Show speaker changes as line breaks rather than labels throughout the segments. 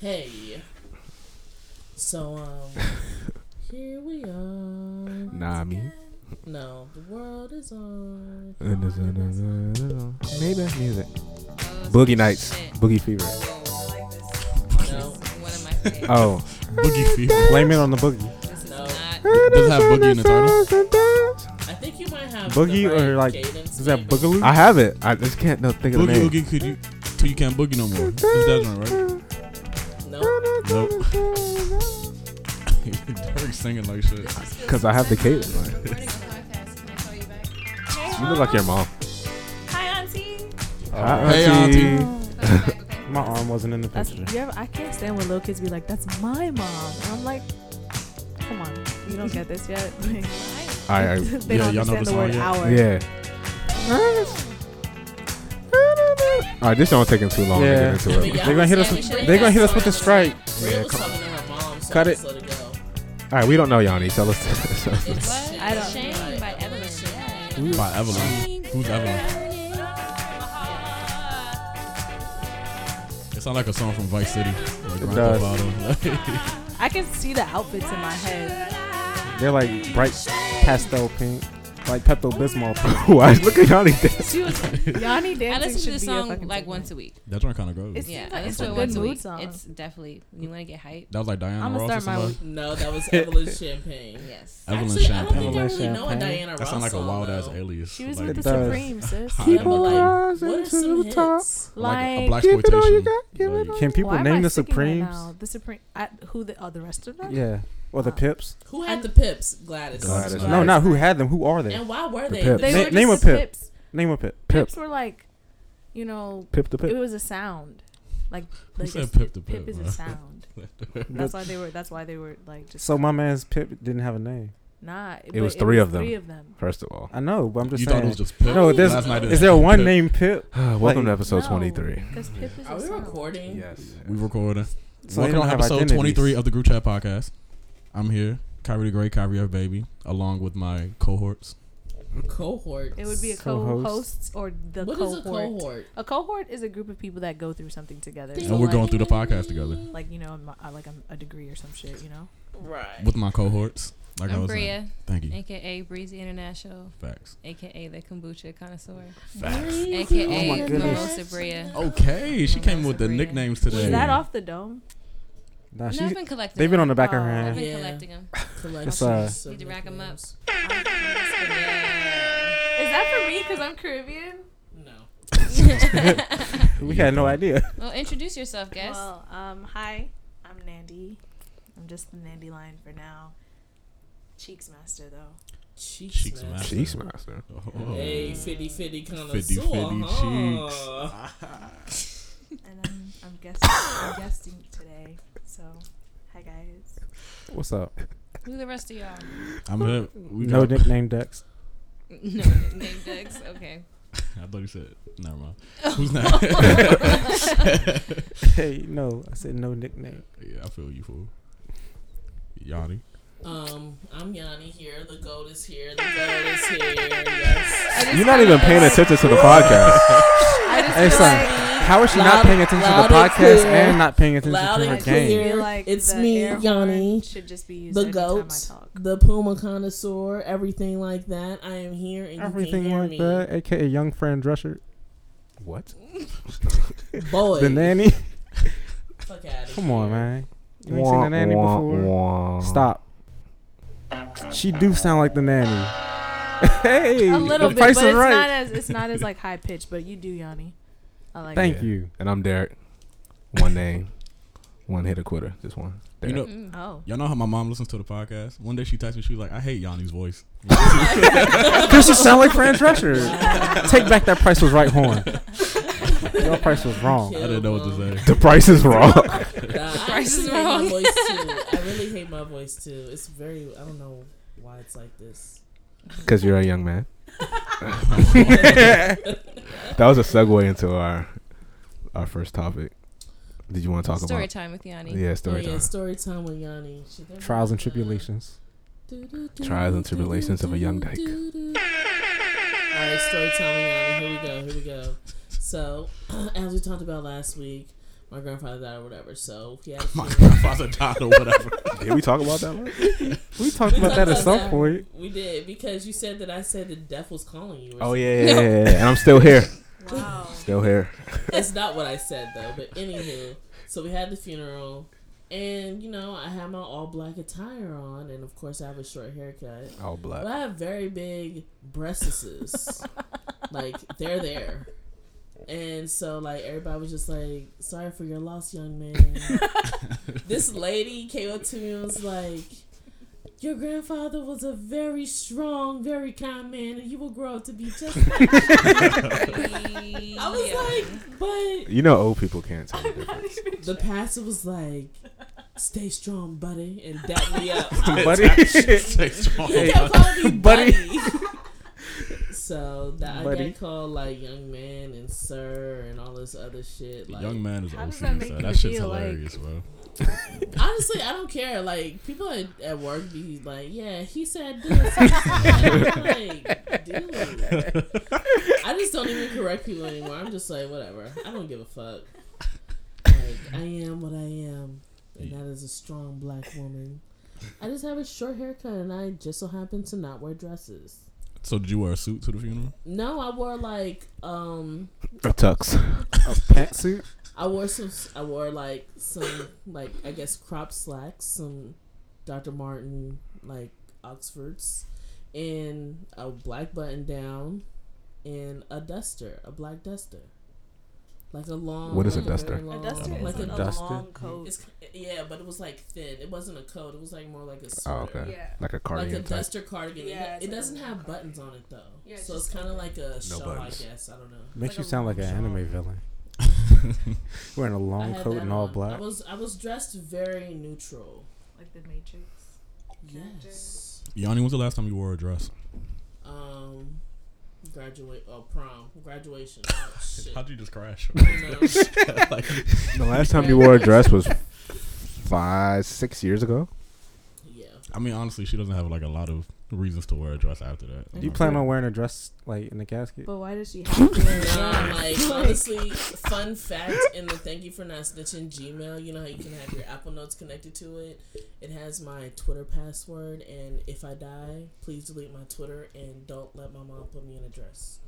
Hey. So um, here we are.
Nah, me.
No, the world is on.
Maybe that's music.
Oh,
Boogie Nights,
shit.
boogie fever.
Whoa,
No,
one of my favorites.
Oh,
Boogie Fever.
blame it on the boogie.
This is
No.
not.
Does it have boogie in the title?
I think you might have
Boogie
the right
or, like,
cadence,
Is that
maybe.
Boogaloo?
I have it. I just can't no think of the
Boogie
name.
Oogie could you till you can't boogie no more. Is that one right?
No,
Nope. Derek's singing like shit.
Cause I have the cadence. man.
Recording a podcast. Can I call you back?
You look like your mom.
Hi, auntie.
Hi,
Hey, auntie.
Call you back, okay?
Oh. My arm wasn't in the
Oh, That's
picture.
you ever, I can't stand when little kids be like, "That's my mom," and I'm like, "Come on, you don't get this yet." Like,
I, I
they
yeah,
don't
y'all know
understand
the
the word
song
"our."
yeah. All right, this don't taking too long
Yeah.
to get into it.
Yeah.
They're gonna hit us.
Yeah, we should've
They're gonna hit us
asked
with the
someone
strike.
Rhea
Yeah,
was
come-
talking to her mom, so
Cut
I just let it go.
All right, we don't know Yanni. Tell us.
It's
What?
I don't-
Shame by Evelyn. Yeah.
By Evelyn. Who's Evelyn? It sounds like a song from Vice City. Like Grand
does.
Theft Auto.
I can see the outfits in my head.
They're like bright pastel pink, like Pepto Bismol pink.
Why? Look at Yanni. dance.
She was Yanni dancing.
I listen to
should
this
be a
song
fucking
like
segment.
once a week.
That joint kind of gross.
It's-
Yeah,
seems
I
like
listen to it
a
once
good
a
mood
week.
song.
It's definitely when you want to get hype.
that was like Diana
I'ma
Ross or
start my
somebody.
No, that was Evelyn Champagne.
Yes.
Evelyn
Actually, I don't
Champagne.
think I
Evelyn
really know a
Champagne.
Diana Ross
That sounds like a
song,
wild ass
though.
alias.
She was
like,
with the
It does.
Supreme sis.
Hot.
Yeah, but like,
Rise
what are
into
some
the top.
hits?
like, a
Like,
black
Give it all you
exploitation.
got, give it all.
Can people
why am I
name the
singing right
Supremes?
now? the Supreme. I, who the? Oh, the rest of them.
yeah, or the
Uh,
Pips?
Who had the pips? Gladys.
Gladys Knight.
No, not who had them. Who are they?
And why were
The
they?
Pips.
They
Na-
were just
name
the
a pip.
Pips.
Name a Pip.
Pips were like, you know,
Pip the
it
pip.
was a sound. Like,
Who
like
said
it's-
pip the
pip
pip?
is a
man?
sound. That's why they were. That's why they were like just
So my man's Pip didn't have a name.
not.
It was three of them.
Three of them.
First of all,
I know, but I'm just
you
saying.
thought it was just pip.
no, there's-
Last night it
is
was
there
pip.
one named Pip?
welcome
Like-
to episode twenty-three.
Because pip is
Are
a
we
sound.
recording?
Yes.
We recording.
So they
Welcome
don't
to
have
episode
identities.
23 of the Group Chat Podcast. I'm here, Kyrie the Great, Kyrie F. Baby, along with my cohorts.
Cohorts.
It would be a
Co-host.
co-host or the
What is a
cohort.
cohort?
A cohort is a group of people that go through something together.
And
So
we're
like,
going through the podcast together
like you know, my, I- like I'm a degree or some shit. You know,
Right.
with my cohorts. Like I
I'm
was saying.
Bria,
Thank you.
aka Breezy International,
Facts.
aka the kombucha connoisseur,
Facts.
aka
Oh my goodness. Oh,
Mimosa Bria.
Okay, she came with the
Bria.
nicknames today.
is that off the dome?
Nah,
No,
she-
I've been collecting.
they've been on the
them.
back of her
Oh.
I've
hand.
been
Yeah.
collecting them.
Collections
uh,
of
Need to rack 'em up.
nicknames.
Is that for me because I'm Caribbean?
No.
We had no idea.
Well, introduce yourself, guest.
Well, um, hi, I'm Nandy. I'm just the Nandy line for now. Cheeks master though.
Cheeks,
Cheeks
man.
master.
Cheese master.
Oh.
Hey, fitty fitty
Fitty,
connoisseur.
fitty
huh?
and I'm, I'm guessing I'm guesting today. So, hi guys.
What's up?
Who the rest of y'all?
I'm gonna. We
No
got,
nickname Dex.
No, name Dex. Okay.
I thought you said. Never mind. Who's not? yeah,
Hey, no, I said no nickname.
I feel you fool. Yanni.
Um, I'm Yanni here. The goat is here. The goat is here. Yes.
You're not even paying attention to the podcast.
I just
Hey,
feel
son.
like
How is she
Loud-
not paying attention to
loud
the
and
podcast
clear.
and not paying attention
Loud
to her
and
game?
clear.
feel like
It's
the
me,
air horn
Yanni,
Should just be used
The
every time
goat,
I talk.
the puma connoisseur, everything like that. I am here and you
Everything
can hear
like
me.
that, aka young friend Drescher,
What?
Boy,
the nanny.
fuck out
Come on, man. You ain't seen the nanny
Wah,
before.
wah.
Stop. She do sound like the nanny. hey,
A little
the
bit, but
price
it's
is right.
not as it's not as like high pitched. But you do, Yanni. I like.
Thank
it.
Yeah.
you.
And I'm Derek. One name, one hit a quitter. Just one.
You know,
Mm.
Oh,
y'all know how my mom listens to the podcast. One day she texted me. She was like, "I hate Yanni's voice."
Cause she sound like Fran Drescher. Take back that price was right horn. Your price was wrong.
I didn't know what to say.
The price is wrong.
Nah, I
Price is
actually hate my
wrong.
voice too. I really hate my voice too. It's very. I don't know why it's like this.
Because you're a young man. that was a segue into our our first topic. Did you want to talk
Story
about?
time with Yanni.
Yeah,
oh,
story
yeah,
time.
story time with Yanni. She done
Trials and
done.
tribulations.
Trials and tribulations of a young dyke.
All right, story time with Yanni. Here we go. Here we go. So, as we talked about last week, my grandfather died or whatever. So he had a
My
funeral.
grandfather died or whatever.
Did we talk about that? One?
We talked about that at some point.
We did because you said that I said the death was calling you. or
Oh
something.
yeah, yeah, yeah, yeah, yeah. And I'm still here.
Wow.
Still here.
That's not what I said though. But anywho, so we had the funeral, and you know I had my all black attire on, and of course I have a short haircut.
All black.
But I have very big breastises. like they're there. And so like everybody was just like, Sorry for your loss, young man. this lady came up to me and was like, Your grandfather was a very strong, very kind man and you will grow up to be just like I was like, but
You know, old people can't tell the difference.
the pastor was like, Stay strong, buddy and dap me up.
Buddy.
He
Buddy.
kept calling me
Buddy.
uh, buddy. so that I
Buddy.
got called like young man and sir and all this other shit. Like,
Young man is
How does
OC.
that make
so
you
That shit's
feel, like-
hilarious, bro.
honestly, I don't care. Like people at, at work be like, yeah, he said this. He said that." like, dude, I just don't even correct people anymore. I'm just like, whatever. I don't give a fuck. Like I am what I am, and that is a strong black woman. I just have a short haircut, and I just so happen to not wear dresses.
So did you wear a suit to the funeral?
No, I wore like um
Tux.
A pantsuit?
I wore some I wore like some like I guess crop slacks, some Dr. Martin like Oxfords and a black button down and a duster, a black duster. Like a long
What is a
like very
duster? A
A
long-
duster
Like
is
a
a
duster?
long coat.
It's, yeah, but it was like thin. It wasn't a coat. It was like more like a sweater.
Oh, okay.
Yeah.
Like
Like
a
a
cardigan type.
duster cardigan. It- it
Yeah, it's like a
doesn't
long
have
cardigan.
buttons on it though.
Yeah, it's
so it's
just
kind of like a shawl, I
buttons.
guess. I don't know.
Makes
Like
you
a
sound like an
long
anime
shawl.
villain. Wearing a
I
long
had
coat
that
and all
on.
black.
I was I was dressed very neutral.
Like the Matrix. Character.
Yes.
Yanni, when's the last time you wore a dress?
Um, graduate. Oh, prom. Graduation. Oh, shit.
How'd you just crash?
No.
like,
The last time you wore a dress was five, six years ago.
yeah.
I mean, honestly, she doesn't have like a lot of reasons to wear a dress after that.
You
Like,
plan on wearing a dress like in the casket?
But why does she have to?
No, um, like honestly, fun fact in the thank you for not snitching Gmail, you know how you can have your Apple Notes connected to it. It has my Twitter password, and if I die, please delete my Twitter and don't let my mom put me in a dress.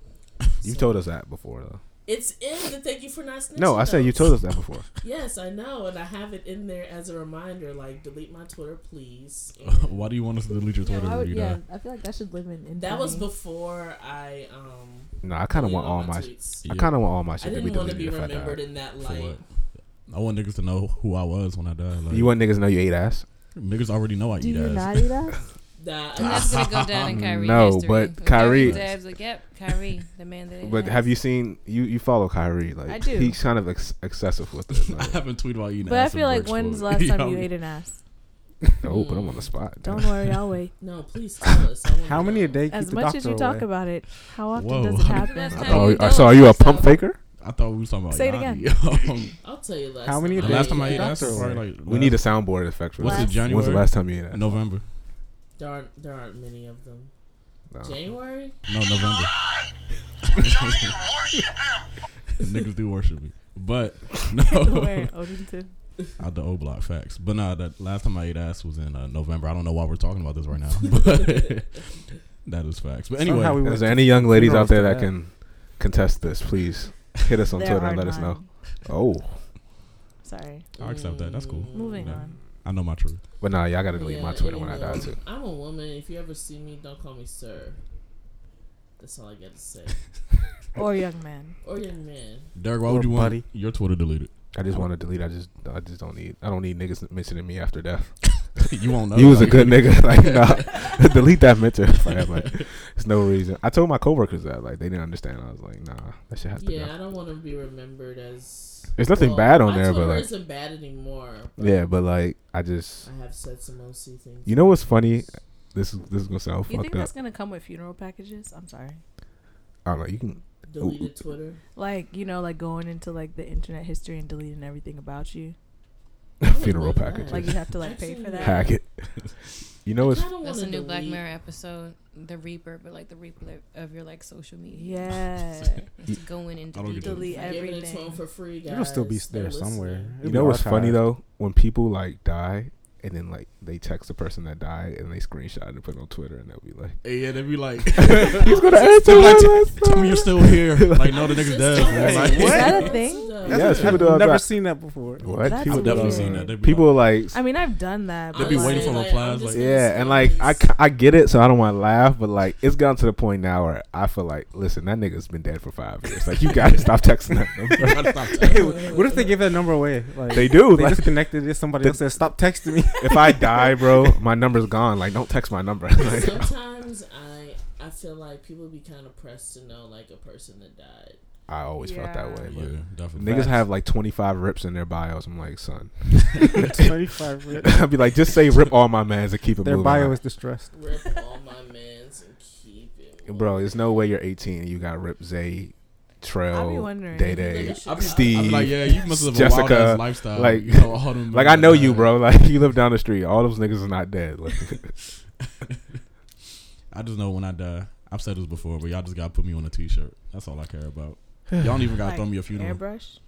You've
So-
told us that before, though.
It's in the thank you for not snitching.
No, I said you
notes.
told us that before.
Yes, I know, and I have it in there as a reminder. Like, delete my Twitter, please. And
Why do you want us to delete your
Yeah,
Twitter
why
when
would,
you
yeah,
die?
I feel like that should live in. in
that was
infamy.
before I um.
No, I kind of
deleted
want all my.
tweets.
I kind of want all my
I
shit to be
didn't want to
deleted
be
if I died.
remembered in that
For
light.
what? I want niggas to know who I was when I died. Like,
You want niggas to know you ate ass?
niggas already know I
Do
eat
you
ass.
not eat ass?
That
And that's gonna go down in Kyrie
No,
history.
but
When
Kyrie-
Dabs like, yep, Kyrie, the man that. It
But
has.
have you seen you? You follow Kyrie? Like
I do.
he's kind of ex- excessive with it.
I
Like,
haven't tweeted about eating
But I
ass.
feel like when's the last time you ate an ass?
oh, but I'm on the spot.
Don't worry, I'll wait.
no, please tell us. I wanna
How many a
know.
day keep
As
the
much
doctor
as you
away?
talk about it, how often
Whoa.
does it
That's
happen?
Last
Oh,
time
you-
you don't
so are you a
ask
pump
yourself.
faker?
I thought we was talking about
Say it
Yanni. Um,
I'll tell you last.
How many
the
a day?
last time I
keep
ate
the
ass
doctor
was probably
away?
like
We need a soundboard effect for
What's
this.
it?
Last-
January?
When's the last time you ate ass?
November.
There aren't there aren't many of them.
No.
January.
No, November. Niggas do worship me, but no,
Where? Odenton.
out the O block facts. But nah, that last time I ate ass was in uh, November. I don't know why we're talking about this right now, but that is facts. But anyway,
Somehow we
Is
went
there any young ladies out
funerals
there
to
that
that.
can contest this? Please hit us on
There
Twitter and
are
let us know.
none.
Oh,
Sorry.
I'll accept that. That's cool.
Mm,
Moving
No.
on.
I know my truth.
but nah, y'all gotta delete
yeah,
my Twitter when I
anyway,
die too.
I'm a woman. If you ever see me, don't call me sir. That's all I got to say.
Or young man.
Or young man.
Derek, why
Or
would you want
buddy.
your Twitter deleted?
I just want to delete. I just, I just don't need. I don't need niggas mentioning me after death.
you won't know.
You was a
like-
good nigga. Like, nah, delete that mention. Like, like, there's no reason. I told my coworkers that. Like, they didn't understand. I was like, nah, that shit has to
Yeah,
go.
I don't want to be remembered as.
There's nothing bad on
my
there, but,
Twitter
like-
isn't bad anymore. but
Yeah, but like, I just,
I have said some OC things.
you know what's funny? This is this is gonna sound
You think
fucked up.
that's gonna come with funeral packages? I'm sorry.
I don't know. You can.
deleted Twitter.
Like you know, like going into like the internet history and deleting everything about you.
Funeral packages.
Like
Like you have to like pay for that.
Hack it. You know it's
I don't
That's
wanna
a new Black
delete-
Mirror episode, the Reaper, but like the Reaper of your like social media.
Yeah.
It's going and
I don't
delete.
get
Delete
Giving it to
everything.
'em for free, guys.
It'll still be
They're
there somewhere.
listening.
You
It'll
know
be
what's funny
archived.
though? When people like die and then like they text the person that died and they screenshot it and put it on Twitter and they'll be like,
Hey, yeah, they be like,
"He's gonna answer my
Like, t-
last
tell me
time."
you're still here. Like, no, the nigga's dead. man.
Like,
Like,
what?
Is that a
Months
thing?
ago.
Yeah, Yes, it's people
I've
do have
never
that.
seen that before.
What?
That's
people
I've definitely
weird.
seen that. They be
people
like,
like,
I mean, I've done that.
They
But
be
like,
waiting for
Honestly, like,
replies,
I'm just
like-
gonna
yeah,
say
and like I,
this.
ca- I get it, so I don't want to laugh, but like it's gotten to the point now where I feel like, listen, that nigga's been dead for five years. Like you gotta stop texting that number.
I gotta stop texting.
what if they give that number away? Like
They do.
They
Like,
disconnected it. Somebody
The-
else said, "Stop texting me."
if I die, bro, my number's gone. Like don't text my number. Like,
Sometimes I I feel like people be kind of pressed to know like a person that died.
I always felt that
Yeah.
way.
Yeah,
Like,
definitely.
Niggas have like 25 rips in their bios. I'm like, son.
Twenty-five. rip.
I'd be like, just say rip all my mans and keep it
Their
moving.
bio is distressed.
Rip all my mans and keep it.
Bro, there's no way you're 18 and you got rip Zay,
I be
Trail,
wondering.
Day Day,
I be- I be
Steve.
I be like, yeah, you must live a wild
Jessica,
ass lifestyle.
like-
you know, all them
Like I
niggas
know you,
that-
bro. Like you live down the street. All those niggas are not dead. Like,
I just know when I die. I've said this before, but y'all just gotta put me on a T-shirt. That's all I care about. Y'all don't even gotta
Like,
throw me a funeral,
Airbrush.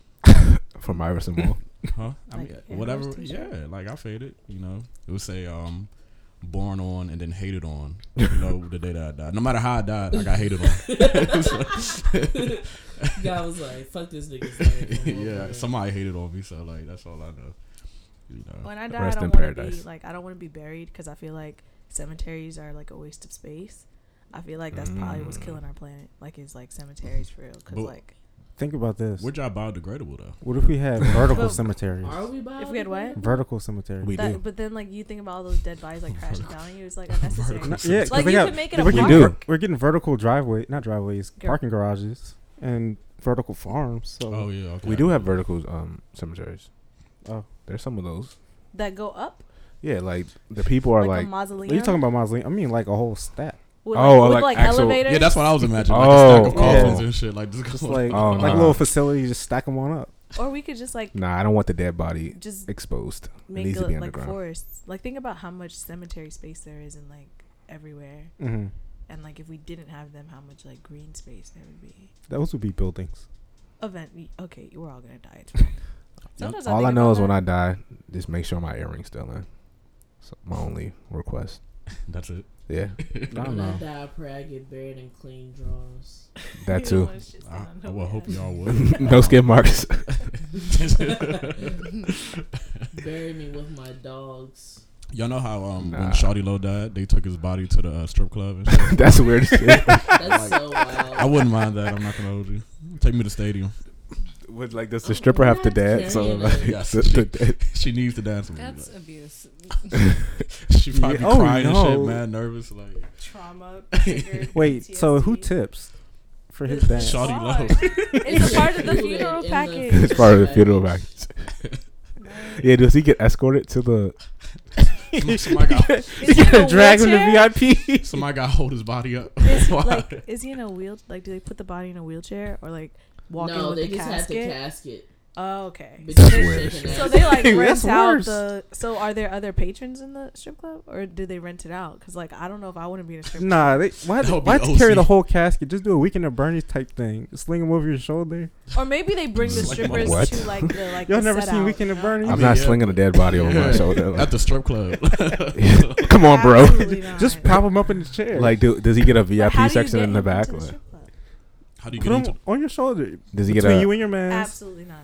from Iverson Mall.
huh? I mean,
Like, yeah,
whatever.
those t-shirts.
Yeah, like I faded. You know, it would say, um, born on and then hated on. You know, the day that I died. No matter how I died, I got hated on.
Guy was like, "Fuck this nigga's life." I'm over
yeah,
it.
somebody hated on me, so like that's all I know. You know,
When I die, I
Rest in
don't want to be
paradise.
like I don't want to be buried because I feel like cemeteries are like a waste of space. I feel like that's probably what's
Mm.
killing our planet. Like it's like cemeteries for real. Because
But-
like
Think about this.
we're job biodegradable though.
What if we had vertical
Well,
cemeteries?
Are we by?
If we had what?
Vertical cemeteries.
We do.
that, but then like you think about all those dead bodies like crashing down on you, it's like unnecessary.
Vertical.
yeah, 'cause
Like
they
you
got-
could make it
they-
a
we
park.
do.
We're getting vertical driveway, not driveways,
Gar-
parking garages and vertical farms. So
Oh yeah, okay.
We do have vertical um, cemeteries.
Oh.
there's some of those.
that go up
Yeah, like the people are
like,
like,
a mausoleum.
Are you talking about mausoleum? I mean, like a whole stack,
With,
Oh,
with,
like,
like
actual-
elevators.
Yeah, that's what I was imagining.
Oh,
like a stack of coffins
yeah.
and shit. Like just,
just
going-
like
Oh,
like
nah.
a little facility. You just stack them on up.
Or we could just like
nah, I don't want the dead body
just
exposed.
make
needs
a,
to be
like
underground.
forests. Like think about how much cemetery space there is in like everywhere,
Mm-hmm.
hmm
and like if we didn't have them, how much like green space there would be.
Those would be buildings.
Event. Okay, we're all gonna die. Sometimes
All I
think
know
about
is when
that.
I die, just make sure my earring's still in. So my only request.
that's it.
Yeah,
I don't
When I
know.
die, I pray I get buried in clean drawers.
that
You don't
too.
want shit sitting
Ah,
I,
on
I
nobody
would hope
else.
y'all would.
no skid marks.
Bury me with my dogs.
y'all know how um
Nah.
when Shawty Low died, they took his body to the uh, strip club. And shit?
That's weird as shit.
That's so
I
wild.
wouldn't mind that. I'm not gonna hold you. Take me to the stadium.
Would like does the stripper have to
Not
dance? So
carrying
like,
it.
Yes.
the- the dad-
She needs to dance with me.
That's
Like,
abuse.
she probably
Yeah, oh,
crying and
no.
shit, mad nervous. Like
Trauma.
Wait, so who tips for his dance?
Shawty Low.
It's a part of the
Included
funeral
in the-
package.
it's part of the funeral package. yeah, does he get escorted to the?
somebody, got,
Is he in a
Drag him
wheelchair?
to VIP.
somebody got hold his body up.
Is,
Why?
like, is he in a wheel? Like, do they put the body in a wheelchair or like walk in
No,
with
they
the
just had
casket?
the casket.
oh, okay.
Because
That's
they
weird as
shaking
shit.
So
ass.
they like
That's
rent out
worse.
the. So are there other patrons in the strip club, or do they rent it out? Because like I don't know if I want to be in a strip club.
Nah, they, why
That would be
why carry
OC.
the whole casket? Just do a weekend of Bernie's type thing. Sling him over your shoulder.
Or maybe they bring the
Like,
strippers
what?
to like the like.
Y'all
the
never
set
seen
out,
Weekend
you
at
know?
Bernie's?
I'm
I
mean,
not
yeah.
slinging a dead body over my
Yeah.
shoulder.
at
Like,
the strip club.
come on, bro.
Absolutely not.
Just prop him up in the chair.
Like, do, does he get a
But how do
VIP
you
section
get
in the
him
back?
into the
Like,
strip club?
How do you
put
get into?
him on your shoulder.
does he get
between
a?
you and your man.
Absolutely not.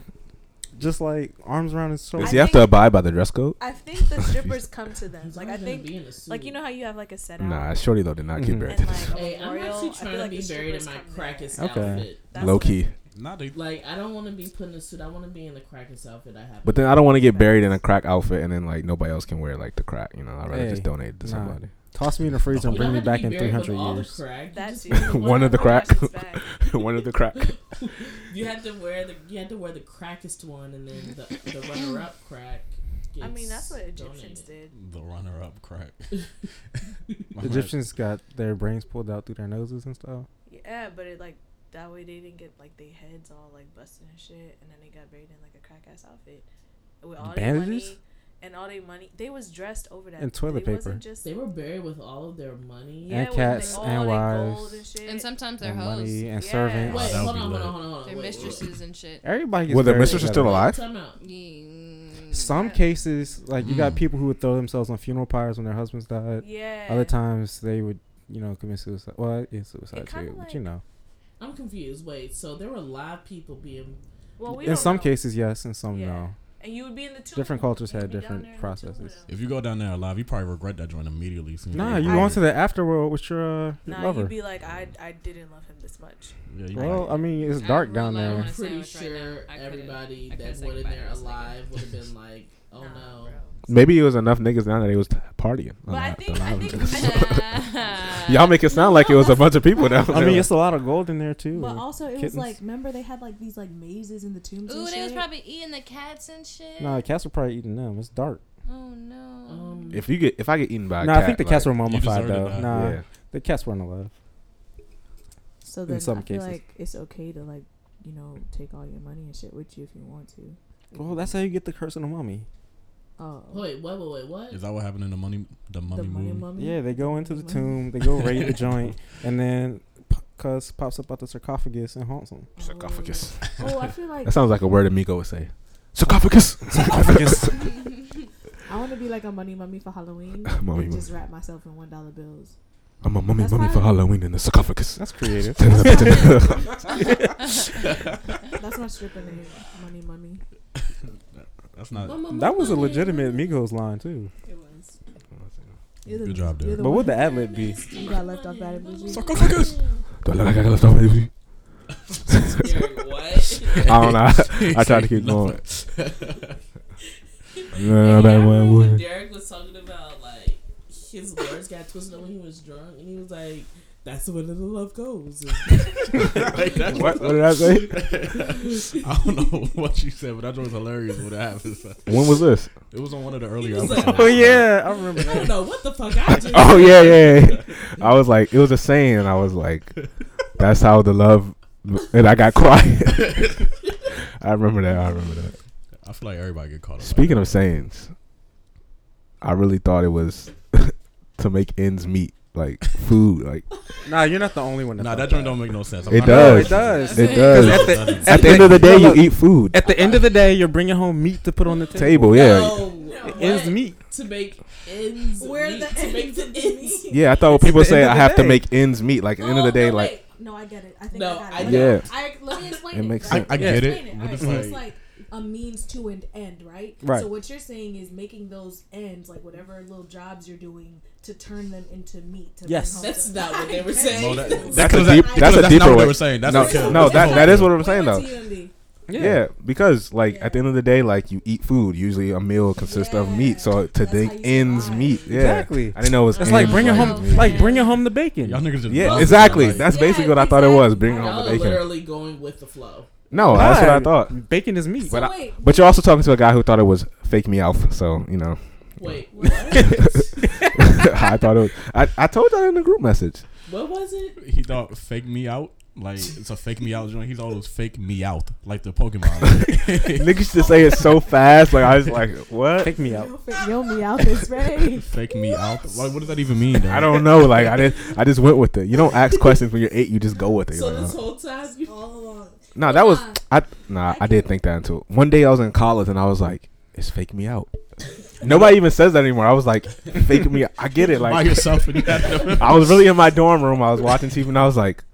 just like arms around his shoulder.
Does
I
he have to
think-
abide by the dress code?
I think the strippers come to them.
He's
Like I
always gonna
think,
be in a suit.
like you know how you have like a set out.
Nah, Shorty though did not get
Mhm.
buried.
and like a
Hey, I'm
memorial.
actually
I feel
trying
like
to
the
be buried in
strippers
my
come there.
crackest
Okay.
outfit.
That's
Low
what I-
key.
Nah, they
Like I don't want to be put in a suit. I want to be in the crackest outfit I have.
But then I don't want to get buried in a crack outfit and then like nobody else can wear like the crack. You know, I'd rather
Hey,
just donate to
nah.
somebody.
Toss me in the freezer and
You
bring
don't
me
have to
back
be
in
buried with
300
all the
years.
crack. You
That's
just-
it.
One of the
cracks.
crack. One of the crack.
You had to wear the you had to wear the crackest one, and then the, the runner up crack. Gets
I mean, that's what Egyptians
donated.
did.
the runner-up crack. My
Egyptians got their brains pulled out through their noses and stuff.
Yeah, but it like that way they didn't get like their heads all like busted and shit, and then they got buried in like a crack ass outfit. with all their
Bandages?
money and all their money. They was dressed over that.
And toilet
They wasn't
paper.
just
They were buried with all of their money.
And
with
cats
all
and
their oh, gold
wives.
and shit.
And sometimes they're
and
hoes.
money and
Yeah.
servants.
Wait,
that
hold
would
on,
be
hold
lit.
on, hold on, hold on.
They're
Wait, wait,
mistresses and shit.
Everybody gets
Well, the
buried
mistress is
together.
still alive.
Time out.
Mm.
Some
Yeah.
cases, like you got
Mm.
people who would throw themselves on funeral pyres when their husbands died.
Yeah.
Other times they would, you know, commit suicide. Well, it is suicide
It
too,
kinda
but you
like-
know.
I'm confused. Wait, so there were live people being.
Well, we
in
don't
some
know.
cases, yes, in some
Yeah.
no.
and you would be in the tomb.
Different cultures
You'd
had
be down
different
there in the tomb
processes.
with them.
If you go down there alive, you probably regret that joint immediately. as soon as
Nah,
get
you
there.
go into the afterworld with your, uh, your
Nah,
lover.
you'd be like, I, I didn't love him this much.
Yeah, you
well, I mean, it's
I
dark
really
down
don't
there.
wanna-
I'm pretty
sandwich right
sure
now. I could've-
everybody
I could've
that went in
said
there
goodbye to this
alive would have been like, oh
Nah,
no.
bro.
Maybe it was enough niggas down there they was t- partying. a
But I
lot,
think-
a lot
I
of
think-
niggas.
Ah.
Y'all make it sound like it was a bunch of people down there.
I mean, it's a lot of gold in there too.
But also, it
kittens.
was like, remember they had like these like mazes in the tombs.
Ooh,
and
they was
shit?
probably eating the cats and shit.
Nah, the cats were probably eating them. It's dark.
Oh no.
Um,
if you get if I get eaten by a
Nah,
cat,
I think the cats
like,
were mummified
deserve to
though.
die.
Nah,
yeah.
the cats weren't alive.
So then
some
I feel
cases.
like it's okay to like you know take all your money and shit with you if you want to.
Well, that's how you get the curse of the mummy.
Oh,
wait, wait, wait, wait, what?
Is that what happened in the money, the mummy
the money
movie?
mummy.
Yeah, they go into the
Mummy.
tomb, they go raid the joint, and then p- Cuz pops up out the sarcophagus and haunts them.
sarcophagus.
Oh, I feel like
That sounds like a word Amigo would say. Sarcophagus. Sarcophagus.
I want to be like a money mummy for Halloween
Mummy,
and just wrap myself in one dollar bills.
I'm a mummy
That's
mummy
why-
for Halloween in the sarcophagus.
That's creative.
That's my stripper name, money mummy.
That's not.
Mama,
that was a
mama,
legitimate
mama.
Migos line too.
It was.
You're the-
Good job,
you're
dude.
the
But
one-
what the ad lib be?
You got left off bad bitches.
Sarcophagus. Do I look like I got left off my duty?
Derek, what?
I don't know. I, I tried to keep going. Uh,
Yeah,
no,
I
that
remember
one
when
would.
Derek was talking about like his words got twisted up when he was drunk, and he was like, "That's the way that the love goes."
What, what did I say?
I don't know what you said, but that joint was hilarious when it happens.
When was this?
It was on one of the earlier
was
episodes.
like-
Oh yeah, I remember.
I don't know what the fuck I just.
Oh yeah, yeah. yeah. I was like, it was a saying. and I was like, that's how the love, and I got quiet. I remember that. I remember that.
I feel like everybody get caught up.
Speaking of sayings, I really thought it was to make ends meet, like food. Like
Nah, you're not the only one. that
nah,
thought
that joint don't make no sense. I'm
It
not-
No,
does.
it does.
it
It
does.
doesn't.
At the end of the day, you
Look,
eat food.
At the end of the day, you're bringing home meat to put on the table.
Table, yeah,
No,
It
what?
is meat.
to make ends.
Where
meet,
the
to make
ends
the
of the
ends.
meat.
yeah. I thought when people
It's the
say
end
I
of the
have to
day.
make ends meet. Like at the end of the
Oh,
day,
no,
like
wait.
No, I get it. I think I
No,
got
I
it.
got
yeah,
I let me explain
It makes
I,
sense.
I get
explain
it.
it.
but
All right,
it's
so
like-
it's like a means to an end, right?
Right.
So what you're saying is making those ends, like whatever little jobs you're doing, to turn them into meat. To bring
Yes.
home
That's
to-
not what they were
No,
saying.
that-
that's a
because
deep.
that-
That's
because
a
not
deeper
what they
way.
were saying. That's
No,
what killed
no,
it.
that that is what I'm saying
Wait, wait
though.
till you end it.
Yeah, because like at the end of the day, like you eat food. Usually, a meal consists of meat. So to
That's how
think
you
ends
survive.
meat. Yeah,
Exactly.
I didn't know it was.
It's like
ends
bringing
meat.
home, like bringing home the bacon.
Y'all niggas just
Yeah,
love it.
exactly.
Like,
That's
Yeah,
basically what I thought it was. Bringing home
Y'all
the
are
bacon.
literally going with the flow.
oh,
No, that's what I
Nah,
thought.
Bacon is meat.
So
But I-
wait,
But you're also talking to a guy who thought it was fake me out. So you know,
Wait,
I thought it was. I, I told y'all in the group message.
what was it?
he thought fake me out. Like it's a fake me out joint. He's always fake me out, like the Pokemon.
Niggas just say it so fast. Like I was like, what?
Take me out.
yo me out this way.
fake me out. Like what does that even mean? though?
I don't know. Like I did. I just went with it. You don't ask questions when you're eight. You just go with it.
So
You're like,
this
oh.
whole time, you
No, that was I. Nah, I did think that until one day I was in college and I was like, "It's fake me out." Nobody even says that anymore. I was like, "Fake me." I get it.
by
Like
yourself and you have
I was really in my dorm room. I was watching TV and I was like,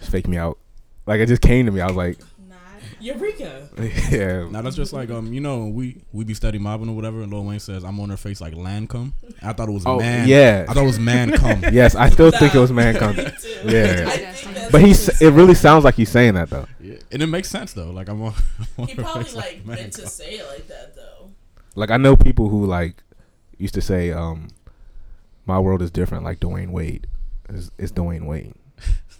"It's fake me out." Like it just came to me. I was like,
Eureka.
"Yeah."
Now that's just like um, you know, we we be study mobbing or whatever, and Lil Wayne says, "I'm on her face like Lancome." I thought it was
Oh,
man.
yeah.
I thought it was man come.
Yes, I still think it was man
Me
coming.
too.
Yeah.
I think that's
But he,
what
s- it really sounds like he's saying that though.
Yeah. And it makes sense though. Like I'm on. I'm on
He
her
probably
face
like
man
meant to
cum.
say it like that though.
Like I know people who like used to say, um, "My world is different." Like Dwayne Wade, it's, it's Dwayne Wade.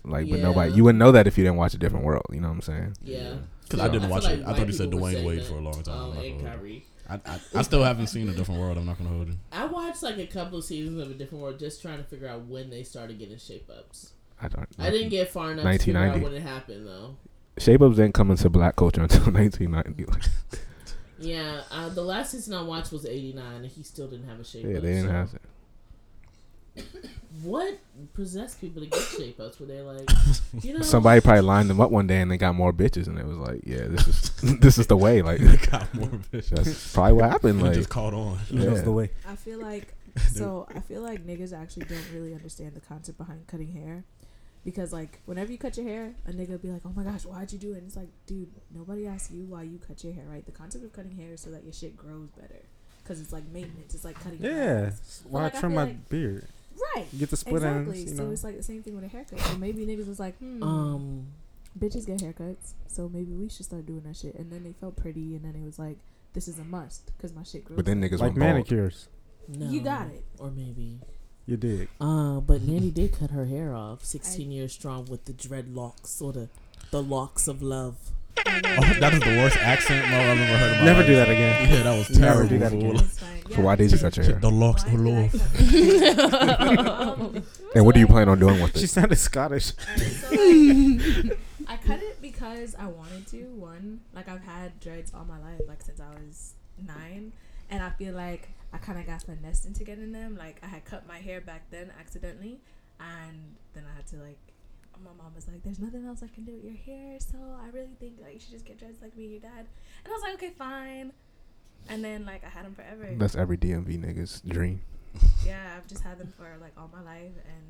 Like, but nobody,
Yeah.
you wouldn't know that if you didn't watch a different world. You know what I'm saying?
Yeah.
Because I
So,
didn't
feel
watch
like
it. I
white
thought he said
people would
Dwayne
say
Wade
that.
for a long time. I'm
Um,
not
and
gonna hold you.
Kyrie.
I, I, I still haven't seen a different world. I'm not gonna hold you.
I watched like a couple of seasons of a different world, just trying to figure out when they started getting shape ups.
I don't.
I didn't get far enough to figure out
1990.
when it happened though.
Shape ups didn't come into black culture until 1990. Like,
Yeah, uh, the last season I watched was '89, and he still didn't have a shape.
Yeah,
up,
they didn't
so-
have it.
What possessed people to get shape ups? Were they like, you know,
Somebody probably lined them up one day and they got more bitches, and it was like, yeah, this is this is the way. Like
got more bitches.
that's probably what happened.
It
Like
just caught on.
Yeah.
That's the way.
I feel like so I feel like niggas actually don't really understand the concept behind cutting hair. Because like whenever you cut your hair, a nigga be like, "Oh my gosh, why'd you do it?" And it's like, dude, nobody asked you why you cut your hair, right? The concept of cutting hair is so that your shit grows better, because it's like maintenance. It's like cutting. your
Yeah.
nails.
Why
like,
I
I
trim
feel
my
like-
beard?
Right.
Get the split
Exactly.
ends. You
so
know.
it's like the same thing with a haircut. So maybe niggas was like, hmm,
um,
bitches get haircuts, so maybe we should start doing that shit. And then they felt pretty, and then it was like, this is a must because my shit grows.
But then niggas
Like
went bald.
manicures.
no,
You got it.
or maybe.
You dig?
Uh, but Nanny did cut her hair off, 16 years strong, with the dreadlocks, sort of the locks of love.
Oh, that is the worst accent Mo I've ever heard in my
Never
life.
do that again.
Yeah, that was
Never
terrible.
do that again.
It's fine.
So why did you cut your hair?
The locks
Why
of
did I
law.
cut
And what do you plan on doing with
She
it?
sounded Scottish.
I cut it because I wanted to. One, like I've had dreads all my life, like since I was nine, and I feel like I kind of got finessed into getting them. Like I had cut my hair back then accidentally, and then I had to like. My mom was like, "There's nothing else I can do with your hair, so I really think like you should just get dreads like me and your dad." And I was like, "Okay, fine." And then like I had them forever.
That's every DMV nigga's dream.
yeah, I've just had them for like all my life, and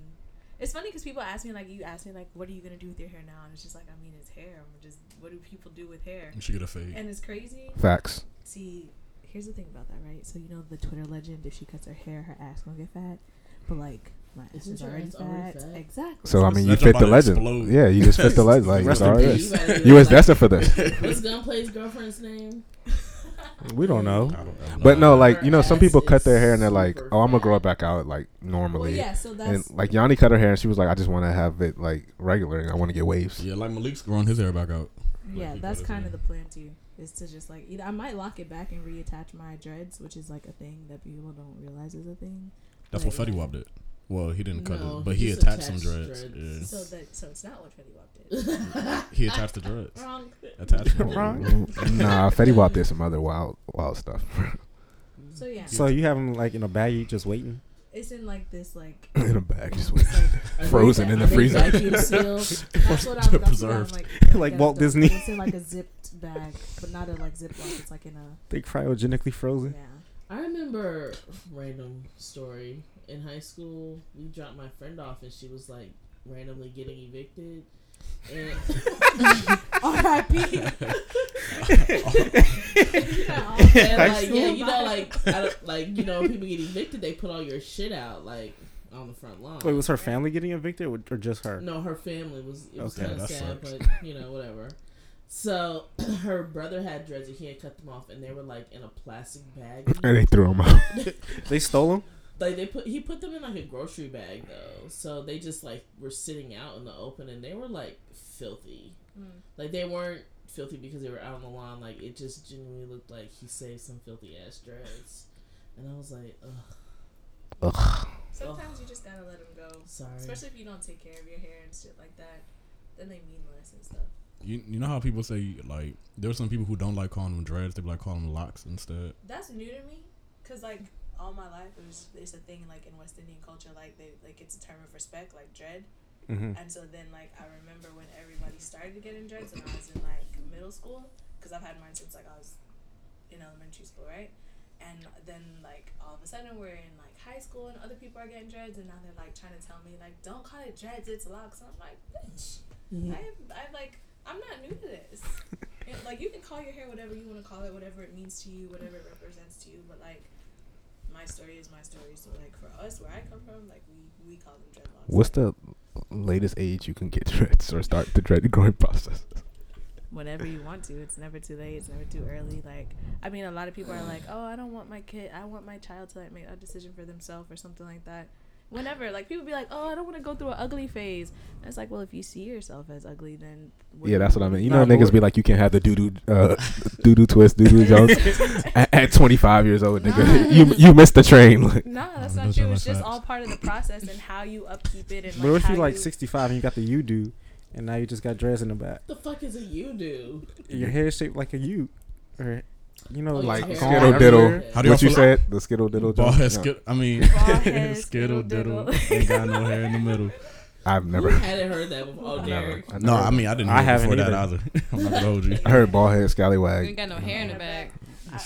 it's funny because people ask me like, you ask me like, what are you gonna do with your hair now? And it's just like, I mean, it's hair. I'm just, what do people do with hair?
You should get a fade.
And it's crazy.
Facts.
See, here's the thing about that, right? So you know the Twitter legend: if she cuts her hair, her ass gonna get fat. But like, my ass
Isn't
is
your
already
ass
fat.
already fat?
Exactly.
So I mean, you
That's about
fit the
to
legend.
explode.
Yeah, you just fit the legend. Like
Rest
it's
in
all
peace.
right.
gotta do
You was
like-
destined for this.
What's Gunplay's girlfriend's name?
We don't know.
I don't- I don't
But no,
know.
like you know, some people
Yes,
cut their hair and they're
it's
like,
super
"Oh, I'm gonna
fat.
grow it back out like
Well,
normally."
yeah. So
And
that's
like Yanni cut her hair and she was like, "I just want to have it like regular and I want to get waves."
Yeah, like Malik's growing his hair back out.
yeah.
Like,
That's
you gotta
kind of
do
the plan too. Is to just like either I might lock it back and reattach my dreads, which is like a thing that people don't realize is a thing.
That's what
Like-
Fetty Wap did. Well, he didn't cut
No,
it, but
he
he
just
attached some
attached
dreads.
dreads.
So that so it's not what Fetty Wap did.
Yeah. He attached the dreads.
Wrong.
Attachment.
Wrong.
nah, Fetty Wap did some other wild, wild stuff.
So yeah,
So you have them like in a baggie just waiting?
it's in like this like.
in a bag, just
it's, like,
frozen in the
Are they
freezer.
vacuum sealed?
That's what I'm, that's
Preserved.
What I'm, like,
Like
yeah,
Walt
that's-
Disney.
It's in like a zipped bag, but not a like ziploc. It's like in a
They cryogenically
yeah.
frozen.
I remember random story in high school. We dropped my friend off, and she was like randomly getting evicted. And
R.I.P.
And like, yeah, you know, like, I don't, like, you know, when people get evicted, they put all your shit out, like, on the front lawn.
Wait, was her family getting evicted or or just her?
no, her family was, it was
Okay,
kind of
that
sad,
sucks.
but, you know, whatever. So, her brother had dreads, and he had cut them off, and they were, like, in a plastic
and
bag.
they threw him out.
They stole them.
like, they put, he put them in, like, a grocery bag, though. So, they just, like, were sitting out in the open, and they were, like, filthy.
Mm.
Like, they weren't filthy because they were out on the lawn. Like, it just genuinely looked like he saved some filthy ass dreads. And I was like, ugh.
Sometimes you just gotta let them go,
Sorry.
especially if you don't take care of your hair and shit like that. Then they mean less and stuff.
You, you know how people say like there's some people who don't like calling them dreads, they be like calling them locks instead.
That's new to me, cause like all my life it was it's a thing like in West Indian culture like they like it's a term of respect like dread.
Mm-hmm.
And so then, like, I remember when everybody started getting dreads when I was in like middle school, because I've had mine since like I was in elementary school, right? And then, like, all of a sudden, we're in like high school and other people are getting dreads, and now they're like trying to tell me like, don't call it dreads, it's locks. And I'm like, bitch, I, have, I like, I'm not new to this. And, like, you can call your hair whatever you want to call it, whatever it means to you, whatever it represents to you, but like. My story is my story. So, like for us, where I come from, like we, we call them dreadlocks.
What's the latest age you can get dreads or start the dread growing process?
whenever you want to. It's never too late. It's never too early. Like, I mean, a lot of people are like, "Oh, I don't want my kid. I want my child to like make a decision for themselves or something like that." Whenever, like, people be like, "Oh, I don't want to go through an ugly phase." And it's like, well, if you see yourself as ugly, then
Yeah, that's what I mean. You
Nah,
know, niggas
Lord.
be like, you can't have the doo doo, uh, doo doo twist, doo doo Jones at, at 25 years old, nigga.
Nah.
you you missed the train. Like,
Nah, that's
Oh,
not
those
true.
are
It's
my
just
facts.
all part of the process and how you upkeep it and
But what
like,
if
how
you like
you-
65 and you got the U do, and now you just got dreads in the back?
the fuck is a you do?
Your hair is shaped like a U, or You know,
Oh, yeah.
like
Hair.
gone
Skittle
everywhere.
diddle.
How do y'all
What you
feel-
said? The skittle diddle
Ball
joke?
head
No,
skittle. I mean,
head,
skittle diddle.
skittle-diddle.
Ain't got no hair in the middle.
I've never.
Never. You hadn't heard that before. Oh,
never.
Derek.
I
No,
never-
I mean I didn't.
I
hear it before
haven't
that either. I'm not gonna hold you.
I heard ball head
You ain't
scallywag.
got no hair in the back.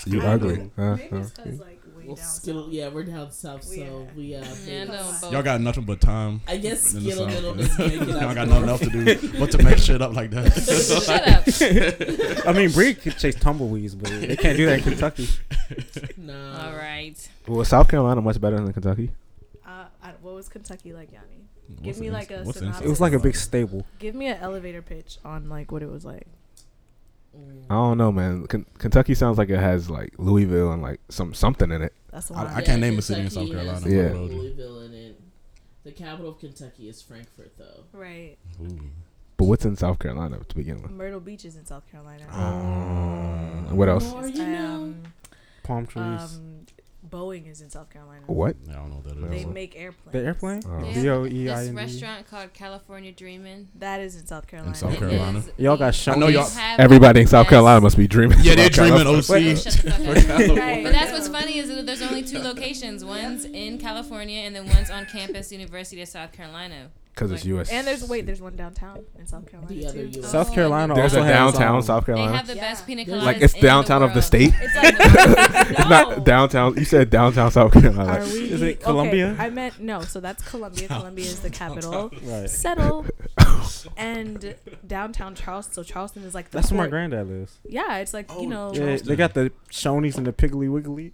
You
I
ugly.
don't
Huh?
Maybe
Huh?
it's because like way
Well,
down
skittle.
south.
Yeah, we're down south,
We
so
are.
we uh.
Yeah,
think-
no, but
Y'all got nothing but time.
I guess
in the
skittle
South.
diddle is making up.
Y'all got
for
nothing else
it.
to do but to make shit up like that.
shut up.
I mean, Bree could chase tumbleweeds, but they can't do that in Kentucky.
No.
All right.
Well, South Carolina much better than Kentucky.
Uh, I, what was Kentucky like, Yanni?
What's
me
an
like
ins-
a
what's an
synopsis.
It was like a big stable.
Give me an elevator pitch on like what it was like.
Mm.
I don't know, man. Ken- Kentucky sounds like it has like Louisville and like some something in it.
That's
I-
why.
I- can't name a city in South
Kentucky has
Carolina. Yeah.
Louisville in it. The capital of Kentucky is Frankfurt, though.
right.
Ooh.
But what's in South Carolina to begin with?
Myrtle Beach is in South Carolina.
Um, what else?
More you know.
Um,
Palm trees.
um, Boeing is in South Carolina.
What?
I don't know what that is.
They
Oh.
make airplanes.
the airplane?
Oh.
Yeah.
B O E I
This
N D.
restaurant called California Dreamin'.
That is in South Carolina.
South
It
Carolina.
is-
Y'all got
you
shot.
I know
can
y'all-
have-
Everybody in South
Yes.
Carolina must be dreaming.
Yeah, they're
about California.
dreaming OC.
Shut the fuck up.
Right.
But that's what's funny is that there's only two locations. One's in California, and then one's on campus, University of South Carolina.
Because it's U.S.
And there's wait, there's one downtown in South Carolina
The other
too. Um,
U.S.
South Carolina
There's
also
a downtown
has, um,
South
They
Carolina.
have the best pina
There's-
coladas.
like it's
in the
downtown of the
world.
state.
It's like
It's not downtown. You said downtown South Carolina.
Are we?
Is it Columbia?
Okay, I meant no. So that's Columbia. Columbia is the capital.
Right.
Settle and downtown Charleston. So Charleston is like the
That's where my
port.
granddad lives.
Yeah, it's like
Oh,
you know.
Yeah,
Charleston.
they got the Shonies and the Piggly Wiggly.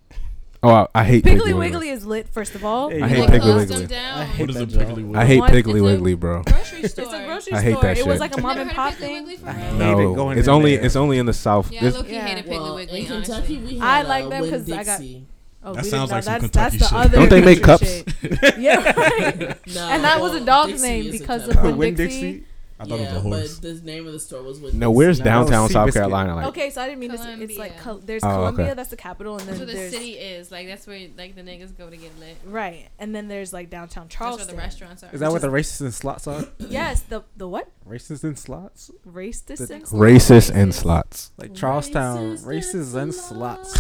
Oh, I, I hate
Piggly Wiggly is lit. First of all,
Hey,
I
you
hate
know,
They
Piggly
closed
Wiggly.
them down.
I hate
What is a
that
piggly
job.
wiggly?
I hate
What?
Piggly
It's a-
Wiggly, bro.
Grocery store.
it's a grocery
I
store.
hate that
It was
shit.
like a
I've
mom
never
and
heard of
pop
Piggly
thing.
Wiggly for
I
real.
hate it
No,
going
it's
in
only
there.
it's only in the South.
Yeah,
This-
Loki
Yeah.
hated Piggly
Well,
Wiggly.
in
honestly.
Kentucky, we
I
had,
like
uh,
them 'cause I got-
Winn-Dixie.
Oh,
That
we didn't
sounds
know.
like some
that's,
Kentucky
that's
shit.
The other
Don't they make
country
cups?
shit. yeah, right.
No,
And that was a
well,
dog's
Dixie
name
is a
because
cup.
of Winn-
Win
Winn-Dixie?
Dixie.
I thought
yeah,
it was a horse.
But the name of the store was Winn
No, where's
Dixie.
downtown
Sea
South
Biscuit.
Carolina? Like,
Okay, so I didn't mean this. It's like
Columbia.
Col- there's
Oh, okay.
Columbia, that's the capital, and
That's
then
where the
there's
city is. Like that's where like the niggas go to get lit.
right, and then there's like downtown
That's where
Charleston.
the restaurants are.
Is that what the racists and slots are?
Yes, the the what
racists and slots?
race distance?
racist and slots.
Like Charlestown, racists and slots.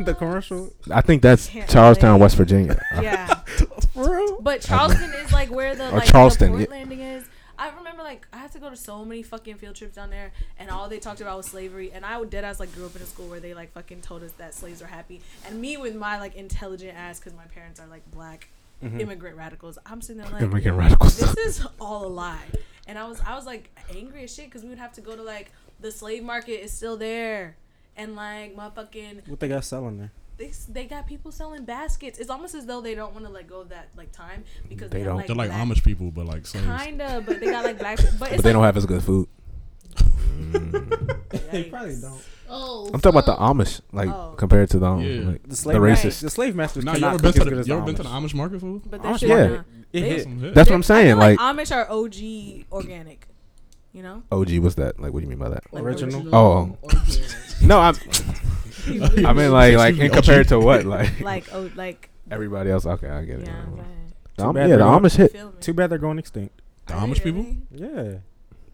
the commercial.
I think that's
Can't
Charlestown,
relate.
West Virginia.
Yeah,
For real?
but Charleston is like where the
Or
like
Charleston,
the
yeah.
port landing is. I remember like I had to go to so many fucking field trips down there, and all they talked about was slavery. And I would dead ass like grew up in a school where they like fucking told us that slaves were happy, and me with my like intelligent ass because my parents are like black immigrant radicals. I'm sitting there like
Mm-hmm. Immigrant radicals.
this is all a lie. And I was I was like angry as shit because we would have to go to like the slave market is still there, and like my fucking
What they got selling there?
they, s- they got people selling baskets. It's almost as though they don't want to let go of that like time because
They
they,
don't.
don't.
They're like
black-
Amish people, but like slaves.
Kinda, but they got like black. But,
But
it's
they don't
like,
have as good food.
They
probably don't.
Oh,
I'm talking about the Amish, like
Oh.
compared to the, um,
Yeah.
like,
The
the
slave
Right.
racist.
masters. The slave masters.
Nah, you
cannot
ever been
cook
to
as good
the
as
you ever been to the
Amish.
Amish market food?
But that
Amish
shit
market.
yeah.
It
They-
hit.
Some hit.
That's what I'm saying. Like,
Amish are OG organic, you know.
OG, wwhat's that? Like, what do you mean by that?
Like
Original.
Oh.
organic.
No, I'm. I mean, like, like
Excuse me,
in
OG.
compared to what, like,
Like oh like
everybody else. Okay, I get it.
yeah.
Um,
right.
The
Too
Am-
bad
yeah, the
they don't-
Amish hit.
Feel me.
Too bad they're going extinct.
The
Are
Amish
they
people?
really?
Yeah.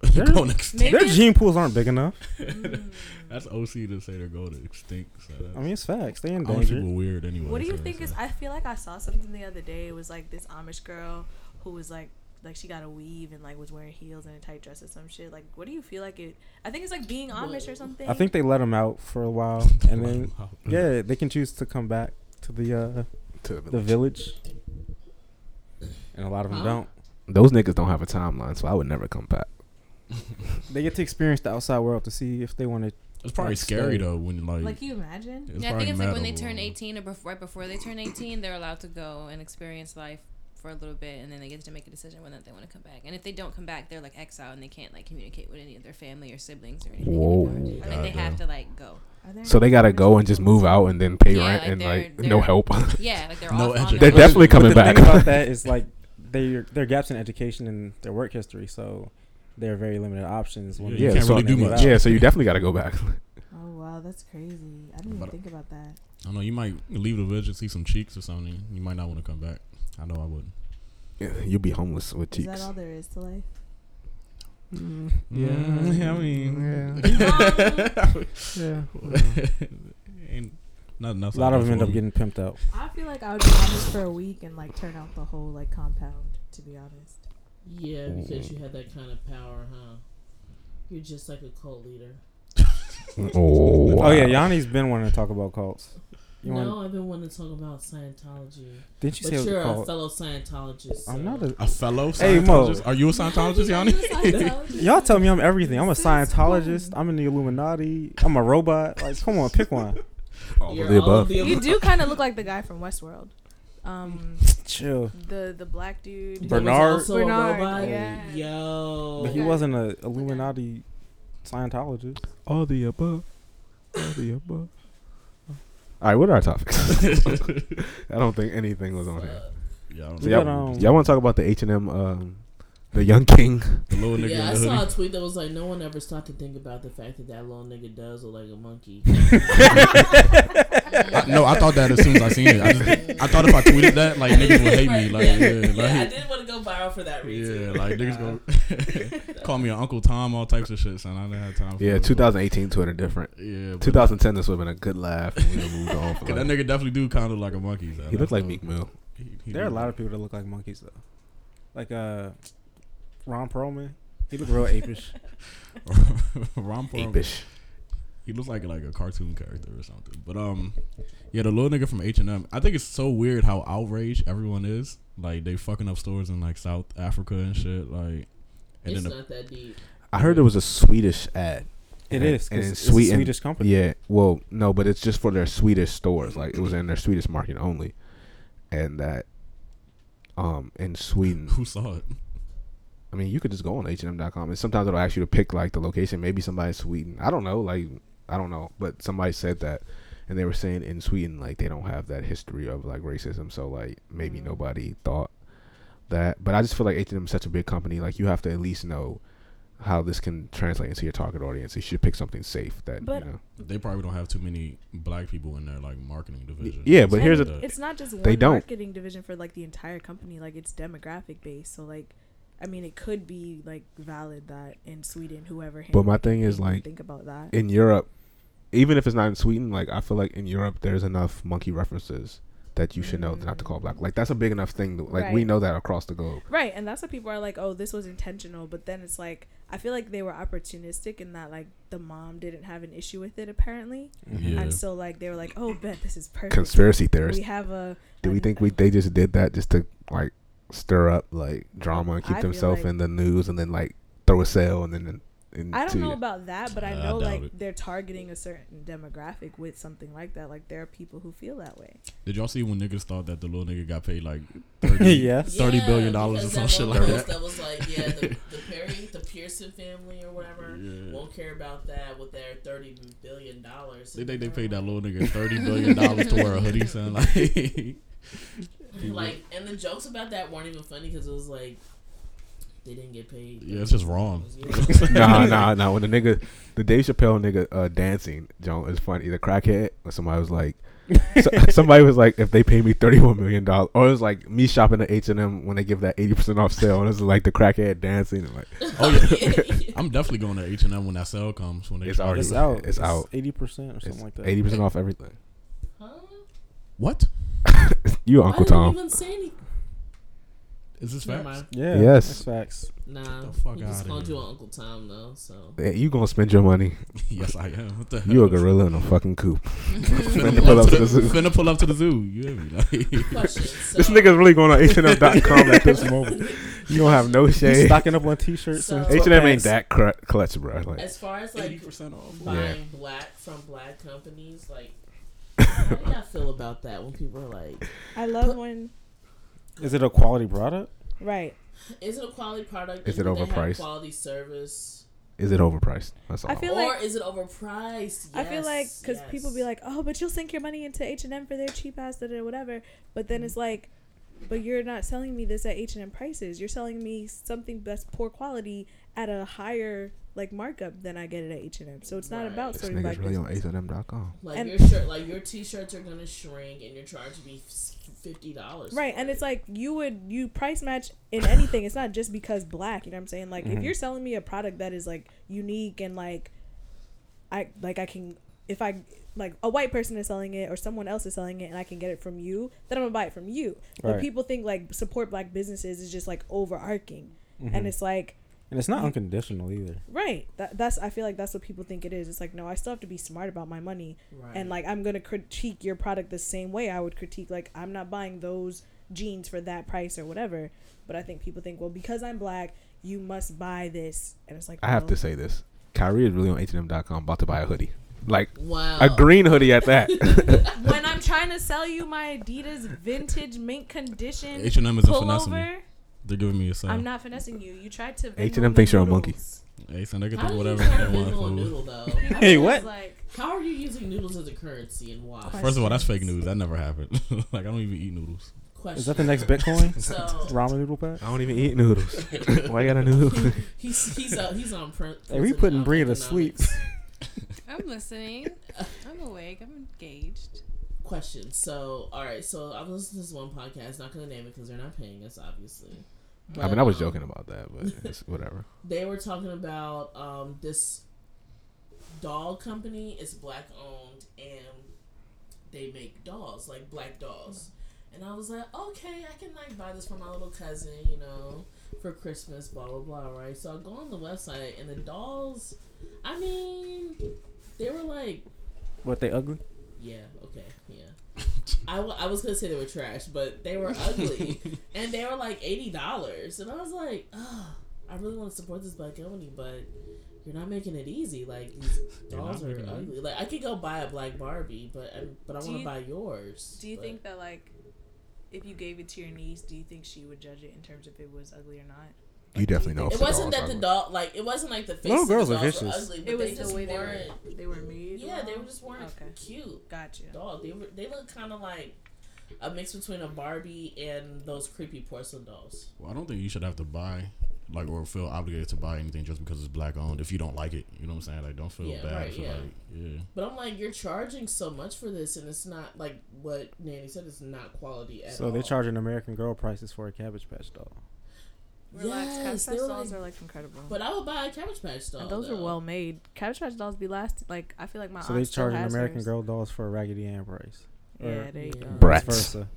They're
They're-
going extinct.
Maybe
Their
it's- mm,
gene pools aren't big enough.
That's OC to say they're going to extinct. So that's,
I mean, it's facts. They
Amish
endangered.
people are weird anyway.
What do you
so
think
it's
is?
like-
I feel like I saw something the other day. It was like this Amish girl who was like, like she got a weave and like was wearing heels and a tight dress or some shit. Like, what do you feel like it? I think it's like being Amish or something.
I think they let them out for a while, and then yeah, they can choose to come back to the uh, the village, and a lot of them
Huh?
don't.
Those niggas don't have a timeline, so I would never come back.
They get to experience the outside world to see if they want to.
it's probably
That's
scary
scary.
though when like.
Like, you imagine?
it's
yeah, I think
probably
it's like when
mad
they
over-
turn 18 or bef- right before they turn 18, they're allowed to go and experience life for a little bit, and then they get to make a decision whether they want to come back. And if they don't come back, they're like exiled and they can't like communicate with any of their family or siblings or anything.
Whoa.
Like they have to like go.
Are there
So they gotta go and just move out and then pay
Yeah,
rent
like
and
they're-
like
they're-
no help.
Yeah, like they're
No
off on
education.
They're
their own.
definitely coming
but the
back.
thing about that is like they there are gaps in education and their work history, so there are very limited options.
Yeah,
they
you can't
go
really
and
do
live
much.
out.
yeah, so you definitely gotta go back.
Oh wow, that's crazy. I didn't even
But-
think about that.
I don't know. You might leave the village and see some cheeks or something. You might not want to come back. I know I wouldn't.
Yeah, You'd be homeless with
Is
cheeks.
that all there is to life?
Mm-hmm. Mm, yeah, I mean,
yeah.
Not enough.
A lot of them end up getting pimped out.
I feel like I would be homeless for a week and like turn out the whole like compound. To be honest,
Yeah, because you had that kind of power, huh? You're just like a cult leader.
Oh,
Oh yeah, Yanni's been wanting to talk about cults. You
no,
want?
I've been wanting to talk about Scientology.
Didn't you
But
say it was
you're
a
a
cult?
fellow Scientologist.
I'm not
so-
a.
a fellow
Hey, Mo.
Scientologist. Are you a Scientologist, Yanni?
Y'all tell me I'm everything. I'm a
Since when?
Scientologist. I'm in the Illuminati. I'm a robot. Like, come on, pick one.
all
You're
of the
all of
above.
the
You
above.
do kind of look like the guy from Westworld. Um,
Chill.
the the black dude.
There was
Bernard-
also a
Bernard,
robot. Oh,
yeah.
Yo.
But he
Okay.
wasn't a Illuminati Scientologist.
All the above. All the above. All right, what are our topics? I don't think anything was on here.
Yeah, I don't
We
So
know.
y'all,
got, um,
y'all want to talk about the H and M, um, the Young King?
The little nigga
Yeah, I
in the
saw a
hoodie.
tweet that was like, no one ever stopped to think about the fact that that little nigga does look like a monkey.
I, no, I thought that as soon as I seen it. I, just, I thought if I tweeted that, like niggas would hate me. Like,
yeah,
yeah,
yeah, I
like,
did want to go viral for that reason.
yeah, like niggas gonna call me an Uncle Tom, all types of shit, son. I didn't have time. For
Yeah,
that.
2018 Twitter different.
Yeah, but-
2010 this would have been a good laugh. and We'd have moved on.
Cause
From that.
that nigga definitely do kind of look like a monkey. son.
He
That's
looked like
dope.
Meek Mill.
He- he
There are a
do.
lot of people that look like monkeys though. Like uh, Ron Perlman. He looked real apish.
Ron Perlman.
Apish.
He looks like like a cartoon character or something. But um, yeah, the little nigga from H and M. I think it's so weird how outraged everyone is. Like they fucking up stores in like South Africa and shit. Like, and
it's
then
not that deep.
I heard there was a Swedish ad.
It
Yeah,
is. 'cause
and in
it's
Sweden-
a Swedish company.
Yeah. Well, no, but it's just for their Swedish stores. Like it was in their Swedish market only, and that, um, in Sweden,
the, who saw it?
I mean, you could just go on H&M.com and sometimes it'll ask you to pick like the location. Maybe somebody in Sweden. I don't know. Like, I don't know. But somebody said that and they were saying in Sweden, like, they don't have that history of like racism. So, like, maybe
Mm.
nobody thought that. But I just feel like H&M is such a big company. Like, you have to at least know how this can translate into your target audience. You should pick something safe that,
But-
you know.
They probably don't have too many black people in their like marketing division.
yeah, but here's
a.
a-
It's not just one
They don't.
marketing division for like the entire company. Like it's demographic based. So like, I mean, it could be like valid that in Sweden, whoever.
But my
handled
thing
it
is,
didn't
like,
think about that.
in Europe, even if it's not in Sweden, like, I feel like in Europe, there's enough monkey references that you should know not to call black. Like, that's a big enough thing. To, like, we
Mm. Right.
know that across the globe.
Right, and that's what people are like, oh, this was intentional. But then it's like, I feel like they were opportunistic in that, like, the mom didn't have an issue with it apparently,
Yeah.
and so like they were like, oh, bet this is perfect.
Conspiracy theorists.
We have a.
Do we
an-
think we they just did that just to like stir up like drama and
I
keep
feel
themselves
like-
in the news and then like throw a sale and then and
I don't
to-
know about that, but I
I
know
doubt
like
it.
they're targeting a certain demographic with something like that. Like there are people who feel that way.
Did y'all see when niggas thought that the little nigga got paid like 30,
yes.
thirty
Yeah,
billion dollars or
because
some
that
shit
one
like
post
that?
That was like, yeah, the, the Perry, the Pearson family or whatever
Yeah.
won't care about that with their thirty billion dollars.
They think they paid that little nigga thirty billion dollars to wear a hoodie, son. Like,
Like, and the jokes about that weren't even funny because it was like they didn't get paid.
yeah, it's just wrong.
Yeah.
nah, nah, nah. When the nigga, the Dave Chappelle nigga uh, dancing, John is funny. The crackhead, or somebody was like, so, somebody was like, if they pay me thirty-one million dollars, or it was like me shopping at H and M when they give that eighty percent off sale, and it's like the crackhead dancing, and like
Oh yeah, I'm definitely going to H and M when that sale comes. When they
It's
try
already-
It's
to-
out.
It's out.
Eighty percent or something
it's
like that.
eighty percent off everything.
Huh?
what
You
Why
Uncle
didn't you
Tom.
even say any?
is this
Never
facts?
mind.
Yeah.
Yes.
That's facts.
Nah,
the fuck
he just
outta
called
here.
you Uncle Tom though. So
Eh, You gonna spend your money?
yes, I am. What the
You a
hell?
gorilla in a fucking coop.
Finna
pull up to the zoo.
Finna pull up to the zoo. You hear me? Like,
question. So,
This nigga's really going on H&M.com at this moment. You don't have no
He's
shade.
stocking up on t-shirts and
So-
H&M ain't
sweatpants.
that cr- clutch, bro. Like,
as far as
eighty
like
percent off.
buying
Yeah.
black from black companies, like how do y'all feel about that when people are like,
I love when
Is it a quality product?
right.
is it a quality product?
Is
and
it
do they have
overpriced?
Quality service,
is it overpriced? That's all.
I feel
or
like
is it overpriced?
I feel like
Yes,
because people be
yes.
like, oh, but you'll sink your money into H and M for their cheap ass, da da da, whatever. But then
Mm-hmm.
it's like, but you're not selling me this at H and M prices. You're selling me something that's poor quality at a higher like markup than I get it at H and M. So it's not
Right.
about
this
sort of
nigga's
like
really on H&M.com.
like
and-
your shirt, like your t-shirts are gonna shrink, and you're charged me f- fifty dollars.
right. And it's like you would you price match in anything. It's not just because black. You know what I'm saying? Like if you're selling me a product that is like unique and like I like I can
if I like a white person is selling it or someone else is selling it and I can get it from you, then I'm gonna buy it from you. But
Right.
people think like support black businesses is just like overarching, and
Mhm.
it's like
and it's not unconditional either.
right. That, that's I feel like that's what people think it is. It's like no, I still have to be smart about my money,
Right.
and like I'm gonna critique your product the same way I would critique like I'm not buying those jeans for that price or whatever. But I think people think well because I'm black, you must buy this, and it's like
I have
no.
to say this. Kyrie is really on H&M.com about to buy a hoodie. Like
wow.
a green hoodie at that.
when I'm trying to sell you my Adidas vintage mint condition
H and M isn't finessing me.
pullover,
They're giving me a sale.
I'm not finessing you. You tried to. Venmo
H&M
me
thinks you're a
noodles.
monkey.
Hey, son, they can
How did
do
you
whatever
try
they
to
want
Venmo a
for
noodle though?
Hey, what?
Like,
How are you using noodles as a currency and why?
Question.
First of all, that's fake news. That never happened. like I don't even eat noodles.
Question.
Is that the next Bitcoin?
So
Ramen noodle pack?
I don't even eat noodles. Why got a noodle?
he's he's uh, he's on print.
Hey, we putting Bria to sleep.
I'm listening. I'm awake. I'm engaged.
question. So, all right. So I was listening to this one podcast. Not going to name it because they're not paying us, obviously.
I mean, I was
um,
joking about that, but it's whatever.
They were talking about um, this doll company. It's black owned, and they make dolls like black dolls. And I was like, okay, I can like buy this for my little cousin, you know, for Christmas, blah blah blah. Right. So I go on the website, and the dolls. I mean, they were like
What they ugly?
Yeah, okay, yeah. I, w- I was gonna say they were trash, but they were ugly. and they were like $80. And I was like, oh, I really want to support this black company, but you're not making it easy. Like, these
You're not
dolls are
making it
ugly. Like, I could go buy a black Barbie, but I, but I
Do
want to
you-
buy yours.
Do you
But
think that like, if you gave it to your niece, do you think she would judge it in terms of if it was ugly or not?
You definitely know.
It
if the
wasn't that
dog's
the
ugly.
doll, like, it wasn't like the face
Little
of the
girls
dolls
are
were
vicious.
ugly, but
It was
they
the
just
way they were
weren't.
they were made.
Yeah, they
wrong?
were just weren't
Okay.
cute.
Gotcha.
doll. They were they look kind of like a mix between a Barbie and those creepy porcelain dolls.
Well, I don't think you should have to buy, like, or feel obligated to buy anything just because it's black owned. If you don't like it, you know what I'm saying. Like, don't feel
Yeah,
bad
right,
for
yeah.
like, yeah.
But I'm like, you're charging so much for this, and it's not like what Nanny said. It's not quality at
So
all.
they're charging American Girl prices for a Cabbage Patch doll.
Relax.
Yes,
Cabbage
they were
Patch dolls
like-
are like incredible.
But uh, I would buy a Cabbage Patch doll.
and those are
though.
well made. Cabbage Patch dolls be last. Like I feel like my
So
aunt
they
still
charging
has
American
hers.
Girl dolls for a Raggedy Ann price.
Yeah, there you
Yeah.
go.
Brat. Brats.
Vice versa.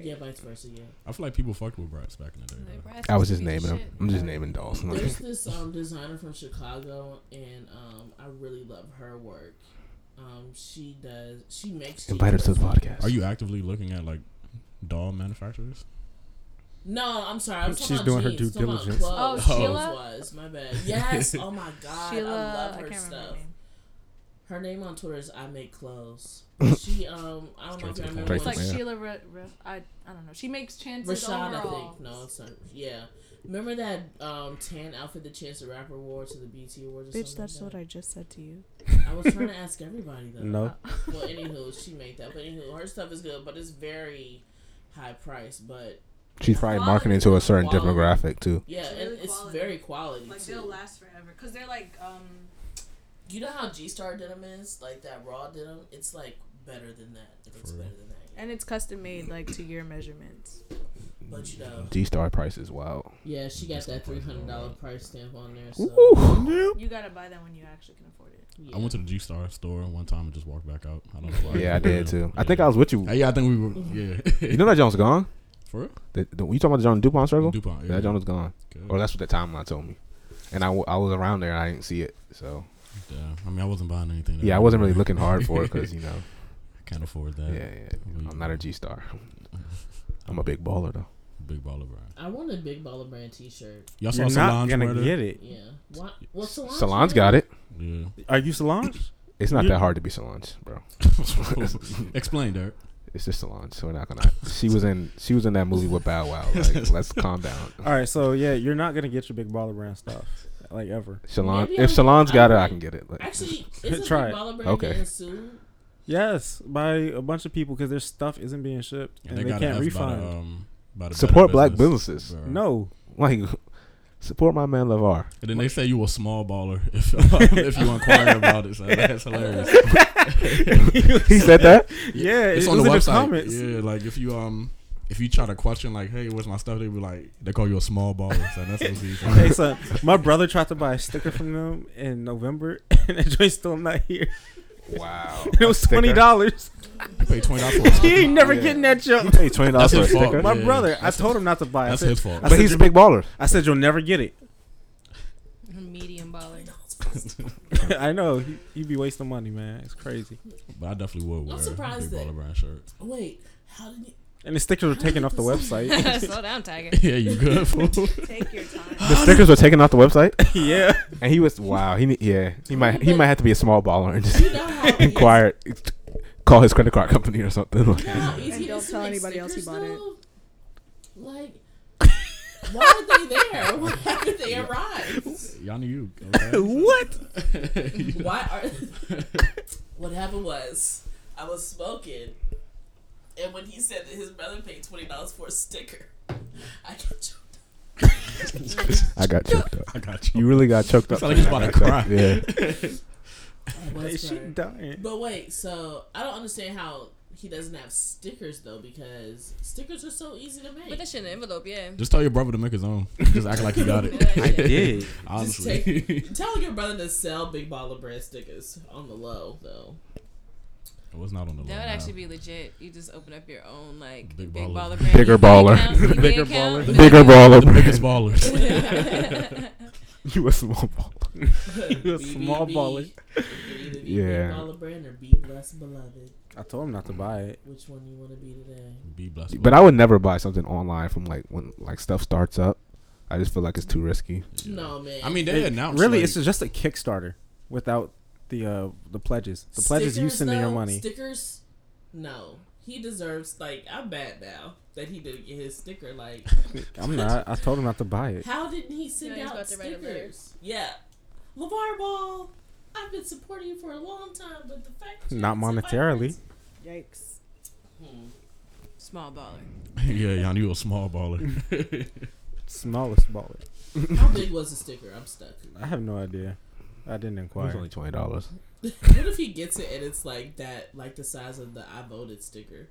Yeah, vice versa. Yeah.
I feel like people fucked with brats back in the day.
Like,
bro.
rats
I was
used
just
to be
naming them.
shit.
I'm just naming dolls. I'm like,
There's this um designer from Chicago, and um I really love her work. Um, she does. She makes.
invite her to the
cheapers.
podcast.
Are you actively looking at like doll manufacturers?
No, I'm sorry. I'm
She's
talking
doing
about
her
jeans.
due
Talking about
diligence.
clothes.
Oh,
Clothes
Sheila?
was my bad. Yes. Oh my god, I love her
can't
stuff.
remember her name.
Her name on Twitter is I make clothes. She um I don't know
Straight
if
to
you
the
remember
point.
It's
when
like
Yeah.
Sheila. Re- Re- I I don't know. She makes chances
Rashad, I
overall.
think. No, it's not. Yeah. Remember that um, tan outfit the Chance the Rapper wore to the BT Awards or
Bitch,
something?
that's what I just said to you.
like that? I was trying to ask everybody, though.
No.
Well, anywho, she made that. But anywho, her stuff is good, but it's very high price. But
She's probably marketing to a certain
Quality.
demographic too.
yeah,
It's
and
really
it's
quality.
very quality.
Like
too.
they'll last forever because they're like um.
You know how G Star denim is? Like that raw denim? It's like better than that. It looks
For real?
better than that.
And it's custom made like to your measurements.
But you know.
G Star price is wild.
Yeah, she got that $300 price stamp on there. So,
You gotta buy that when you actually can afford it.
yeah.
I went to the G Star store one time and just walked back out. I don't know why.
Yeah, I did too. I think I was with you.
Hey, yeah, I think we were. Yeah,
You know that Jones gone?
for real.
The, the, you talking about the John Dupont circle?
Dupont. Yeah,
That John was gone.
Good.
Or that's what the timeline told me. And I, w- I was around there. and I didn't see it. So
Damn. I mean, I wasn't buying anything. that
yeah, I wasn't really
day.
looking hard for it because you know,
Can't afford
yeah,
that.
yeah, I'm not a G Star. I'm a big baller though.
Big baller brand.
I want a big baller brand T-shirt.
Y'all saw
You're not
Solange
gonna
wear that?
get it.
Yeah. Why? Well, Solange,
Solange got it.
Yeah.
Are you Solange?
It's not
You-
that hard to be Solange, bro.
Explain, Derek.
It's just Solange. So we're not gonna. She was in. She was in that movie with Bow Wow. Like, let's calm down.
All right, so yeah, you're not gonna get your big baller brand stuff like ever.
Solange.
Maybe
If
I'm-
Solange got it, I
I'm-
can get it. Like,
Actually, isn't
Try
big
it.
baller brand
Okay.
getting sued?
Yes, by a bunch of people because their stuff isn't being shipped and, they,
got
can't
an F
refund.
By the, uh, um, by the
Support
Better
black
Business,
businesses.
bro.
no,
like support my man Levar.
And then they say you a small baller if um, if you inquire about it. So that's hilarious.
He said that.
yeah,
it's
it
on the
was
website.
in the comments.
yeah, like if you um if you try to question like, hey, where's my stuff? They be like, they call you a small baller. So that's what he's
Hey
saying.
son, my brother tried to buy a sticker from them in November, and that joint's still not here.
Wow.
it was twenty dollars.
You pay twenty dollars.
he ain't never
Yeah.
getting that
You
joke.
paid twenty dollars
That's
for a
his fault,
sticker,
My
Yeah,
brother, I
that's
told him not to buy. it. I
that's
said-
his fault.
I
but
said,
he's a
"You'll-
big baller.
I said you'll never get it.
Medium baller.
I know he, he be wasting money, man. It's crazy.
But I definitely would wear
I'm surprised
a big
that-
baller brand shirt.
Wait, how did you?
And the stickers were taken off the website.
Slow down, Tiger.
yeah, you good fool?
Take your time.
The stickers were taken off the website,
yeah,
and he was wow. He ne- yeah. He might he might have to be a small baller and just
You know how easy-
inquire, call his credit card company or something. Like,
you know how easy
And
it
don't
is to
tell
make
anybody else you
stickers,
bought it.
though? Like, why are they there? Why haven't they arrived?
Y'all need you. Okay?
what?
Why are? what happened was I was smoking, and when he said that his brother paid twenty dollars for a sticker, I got choked.
I got choked up.
I got you.
You really got choked up.
Sound like he's about to cry.
Yeah.
I was
Is she
crying.
dying?
But wait, so I don't understand how he doesn't have stickers though, because stickers are so easy to make.
Put that shit in an envelope, yeah.
Just tell your brother to make his own. Just act like you got it.
I
did.
Honestly.
Tell your brother to sell Big Baller Brand stickers on the low though.
it was not on the
That
low,
would
nah.
actually be legit. You just open up your own like
Big
big,
baller.
baller, brand.
Bigger
You
baller.
account, you
Bigger
account.
baller.
Bigger
the
baller.
biggest ballers.
you a small baller.
You a small baller.
Yeah.
Yeah. Big Baller Brand or Be Blessed Beloved.
I told him not to buy it.
Which one you want to be today?
be blessed.
But I would never buy something online from like when like stuff starts up. I just feel like it's too risky.
Yeah.
No man.
I mean, they
It-
announced.
really,
like,
it's just a Kickstarter without the uh the pledges. The pledges you
Stickers,
send in your
though,
money.
Stickers. No, he deserves. Like I'm bad now that he didn't get his sticker. Like
I'm not. I told him not to buy it.
How didn't he send
he's
out
about to write a letter.
stickers? Yeah. LeVar Ball, I've been supporting you for a long time, but the fact that you
Not
haven't sent my
monetarily.
friends-
Yikes.
Hmm. Small baller.
yeah, y'all knew a small baller.
Smallest baller.
How big was the sticker? I'm stuck.
I have no idea. I didn't
It was
inquire.
only twenty dollars.
What if he gets it and it's like that, like the size of the I voted sticker?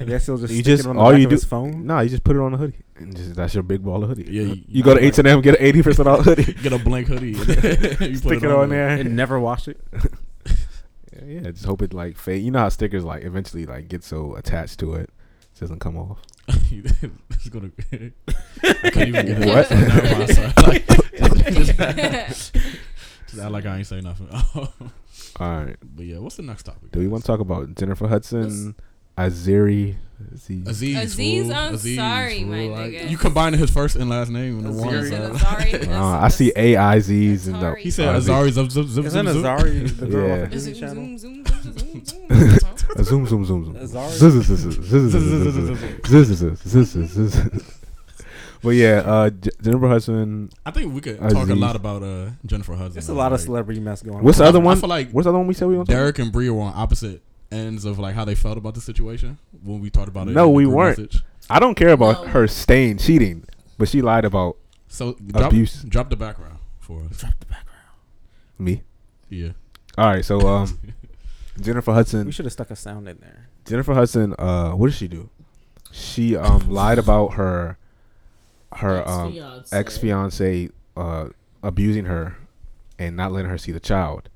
I guess he'll just
You
stick it
just-
on the
all
back
you
of
do-
his phone.
Nah, you just put it on a hoodie. And just, that's your big baller hoodie.
Yeah,
you,
you-
go to
like-
H and M, get an eighty percent off hoodie,
Get a blank hoodie. you Stick
stick it on there.
and never wash it.
Yeah, yeah, just hope it like fade. You know how stickers like eventually like get so attached to it, it doesn't come off.
it's gonna. I can't even get
What?
it out of my side. Like, just, just, just act like I ain't say nothing.
All right,
but yeah, what's the next topic?
do we want to talk about Jennifer Hudson, Aziri? Z- uh,
Aziz,
Aziz
fool.
Ansari,
fool.
my
Like,
nigga.
You combining his first and last name in the one.
Aziri.
so-
Azari.
Uh, I see A I Z's and the
Atari.
He said
Azari.
Azari. Zub, zub, zub,
Isn't
zub, zub.
Azari the girl
Yeah.
off the Disney
Zoom,
Channel?
zoom, zoom, zoom, zoom, zoom, zoom.
Uh, zoom zoom zoom zoom.
Azari?
Zzz, zzz, zzz, zzz, zzz, zzz, zzz, zzz. Zzz, zzz, zzz, zzz, zzz. But yeah, uh, J- Jennifer Hudson.
I think we could
Aziz.
talk a lot about uh, Jennifer Hudson.
There's a lot of
Like,
celebrity mess going
What's the
on.
other
I
one?
feel like
What's the other one we said we want?
Derek and Bree were on opposite ends of like how they felt about the situation when we talked about it.
No,
in the
we
group
weren't.
message.
I don't care about
No.
her staying cheating, but she lied about
So drop,
Abuse.
drop the background for us. Drop the background.
me.
Yeah.
All right, so um, Jennifer Hudson.
We should have stuck a sound in there.
Jennifer Hudson, uh, what did she do? She um lied about her her um
Ex-fiance.
ex fiance uh abusing her and not letting her see the child,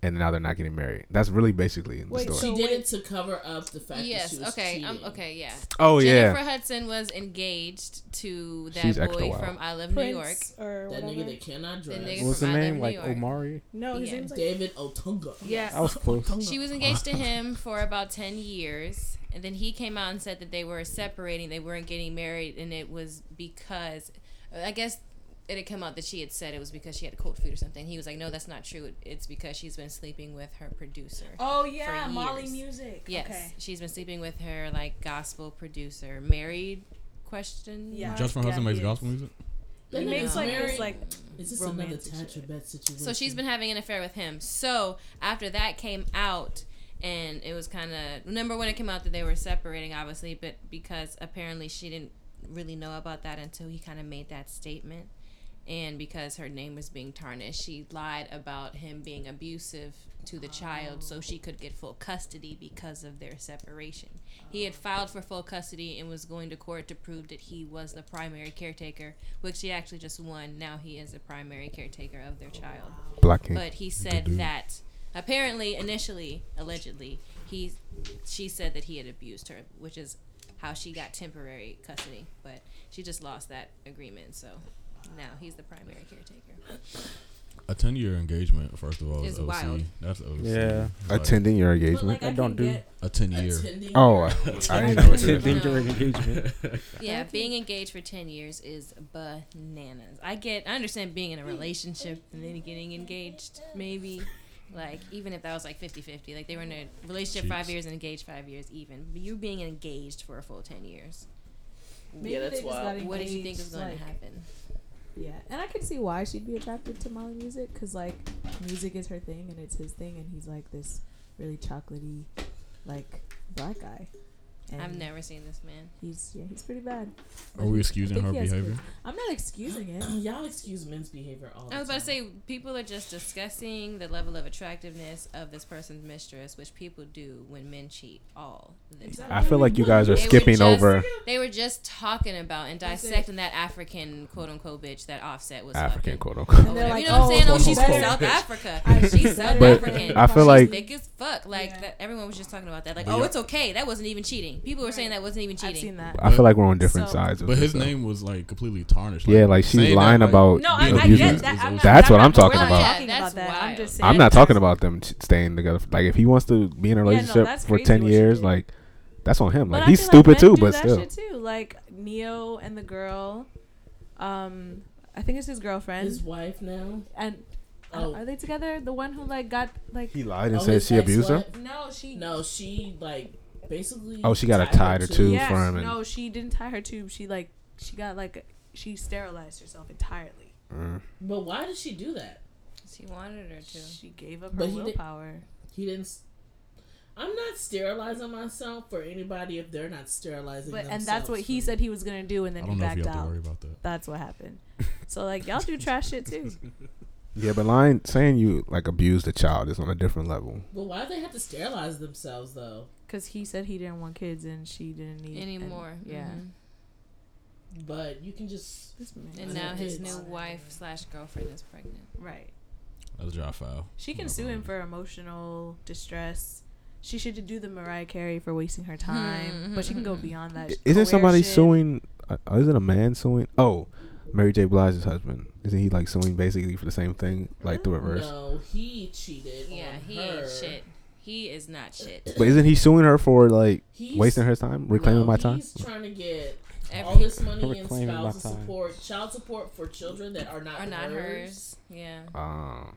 and now they're not getting married. That's really basically the
Wait,
story.
She
So
did it to cover up the fact that
Yes.
she was
Okay.
cheating.
Um. Okay. Yeah.
oh
Jennifer
yeah,
Hudson was engaged to that
She's extra
boy
wild.
from I Love New York.
Prince or
That
whatever.
nigga that cannot dress.
nigga
What was the
from I Love
name?
New
Like
York.
Omari?
no, his
Yeah.
name's like
David Otunga.
Yes.
I was close.
She was engaged to him for about 10 years. And then he came out and said that they were separating, they weren't getting married. And it was because, I guess it had come out that she had said it was because she had cold feet or something. He was like, no, that's not true. It- It's because she's been sleeping with her producer.
Oh yeah,
For
Molly
years.
Music.
Yes.
Okay.
She's been sleeping with her, like, gospel producer. Married? Question?
Yeah.
mark?
Jennifer
Yeah,
Hudson makes
he is.
gospel music.
That
He
nigga's
makes like
married.
this like
Is this another
romantic
Tatcha
shit.
Bet situation?
So she's been having an affair with him. So after that came out, and it was kind of remember when it came out that they were separating, obviously, but because apparently she didn't really know about that until he kind of made that statement, and because her name was being tarnished, she lied about him being abusive to the child so she could get full custody because of their separation. He had filed for full custody and was going to court to prove that he was the primary caretaker, which he actually just won. Now he is the primary caretaker of their child.
Blocking.
But he said that apparently, initially, allegedly, he she said that he had abused her, which is how she got temporary custody. But she just lost that agreement, so now he's the primary caretaker.
A ten year engagement, first of all,
It's
is OC.
wild.
That's OC.
Yeah.
Like,
Attending your
But
engagement.
like, I,
I don't
can
do-
Get,
a ten year.
Attending.
Oh, I, I didn't know. It
Ten
did.
thing during engagement.
Yeah, being engaged for ten years is bananas. I get, I understand being in a relationship and then getting engaged, maybe. Like even if that was like 50-50, like they were in a relationship five
Jeez.
years and engaged five years, even but you being engaged for a full ten years,
maybe
yeah, that's
they just
wild.
got
what did you think
engaged,
was going
like-
to happen?
Yeah, and I can see why she'd be attracted to Molly music because like music is her thing and it's his thing, and he's like this really chocolatey, like black guy. And
I've never seen this man.
He's yeah, he's pretty bad.
Are we excusing
I think
her
he has
behavior?
kids. I'm not excusing it.
Y'all excuse men's behavior all the
I was
time.
about to say people are just discussing the level of attractiveness of this person's mistress, which people do when men cheat all the time.
I feel like you guys are
They were
skipping
just-
over
They were just talking about and
That's it.
dissecting that African quote unquote bitch that Offset was
African
fucking.
quote unquote.
And they're
Or whatever.
like,
you know what I'm saying?
"Oh,
Oh, she's from
better-
South Africa.
I-
She's South
better-
African.
I feel
She's
like-
thick as fuck. Like
Yeah.
that, everyone was just talking about that. Like,
But
oh,
yeah.
it's okay. That wasn't even cheating. People were saying that wasn't even
I've
cheating.
seen that.
I feel like we're on different
So-
sides. Of
But
this,
his
though.
name was like completely tarnished.
Yeah, like she's
saying
lying
that, like,
about
No, I, I
abusing.
get
abusing
that.
is
I'm not,
That's what
I'm
I'm
not- we're
talking
not
about.
talking
Yeah, that's
about that. I'm
wild.
just saying.
I'm not talking about them t- staying together. Like if he wants to be in a
no,
relationship
that's
for
crazy
ten
what she
years,
did.
like that's on him.
But
Like
I
he's
feel
stupid
men
too,
do
but
that
still.
shit too. Like Neo and the girl, um, I think it's his girlfriend,
his wife now.
and uh,
Oh.
are they together? The one who like got like
He lied and
Oh,
said
his
she abused him.
ex-wife?
no, she
No, she like basically.
Oh, she got a tied or
to-
two.
yeah,
for him and-
no, she didn't tie her tube. She like she got like she sterilized herself entirely.
Mm.
But why did she do that?
She wanted her to.
She gave up her
But he did-
willpower.
He didn't. s- I'm not sterilizing myself for anybody if they're not sterilizing.
But and that's what he
themselves.
said he was gonna do, and
I
then he
don't know if you
backed
have to
out.
worry about that.
That's what happened. So like y'all do trash shit too.
Yeah, but lying, saying you like abused a child is on a different level.
But why do they have to sterilize themselves though?
Because he said he didn't want kids and she didn't need and-
Anymore.
yeah.
Mhm.
But you can just.
This
And
man.
now his
Kids.
new wife slash girlfriend is pregnant.
Right.
That's a dry foul.
She can
No
sue
problem.
him for emotional distress. She should do the Mariah Carey for wasting her time, but she can go beyond that.
I- Isn't somebody
Coercion.
suing? Uh, isn't a man suing? Oh, Mary J. Blige's husband. Isn't he like suing basically for the same thing, like the reverse?
No, he cheated.
Yeah,
on
he
her.
ain't shit. He is not shit.
But isn't he suing her for like
He's,
wasting her time, reclaiming
no,
my time?
He's trying to get all
Every
this money in
Reclaiming my
spousal
time.
support, child support for children that are not
are not
hers.
hers. Yeah.
Ah,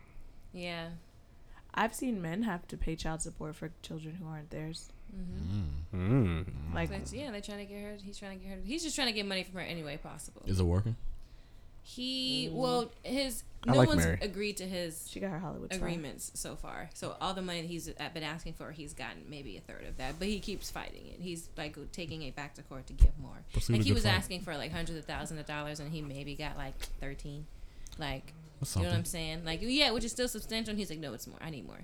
Yeah.
I've seen men have to pay child support for children who aren't theirs.
Mm-hmm.
mm.
Like,
But yeah, they're trying to get her. He's trying to get her. He's just trying to get money from her any way possible.
Is it working?
He well, his
I
no
like
one's
Mary.
agreed to his
she got her Hollywood sign.
agreements so far. So all the money that he's uh, been asking for, he's gotten maybe a third of that. But he keeps fighting it. He's like taking it back to court to get more.
Pursue
like
the
he
good
was
fight.
asking for like hundreds of thousands of dollars, and he maybe got like thirteen. Like
That's
you know
something.
what I'm saying? Like yeah, which is still substantial. And he's like, no, it's more. I need more.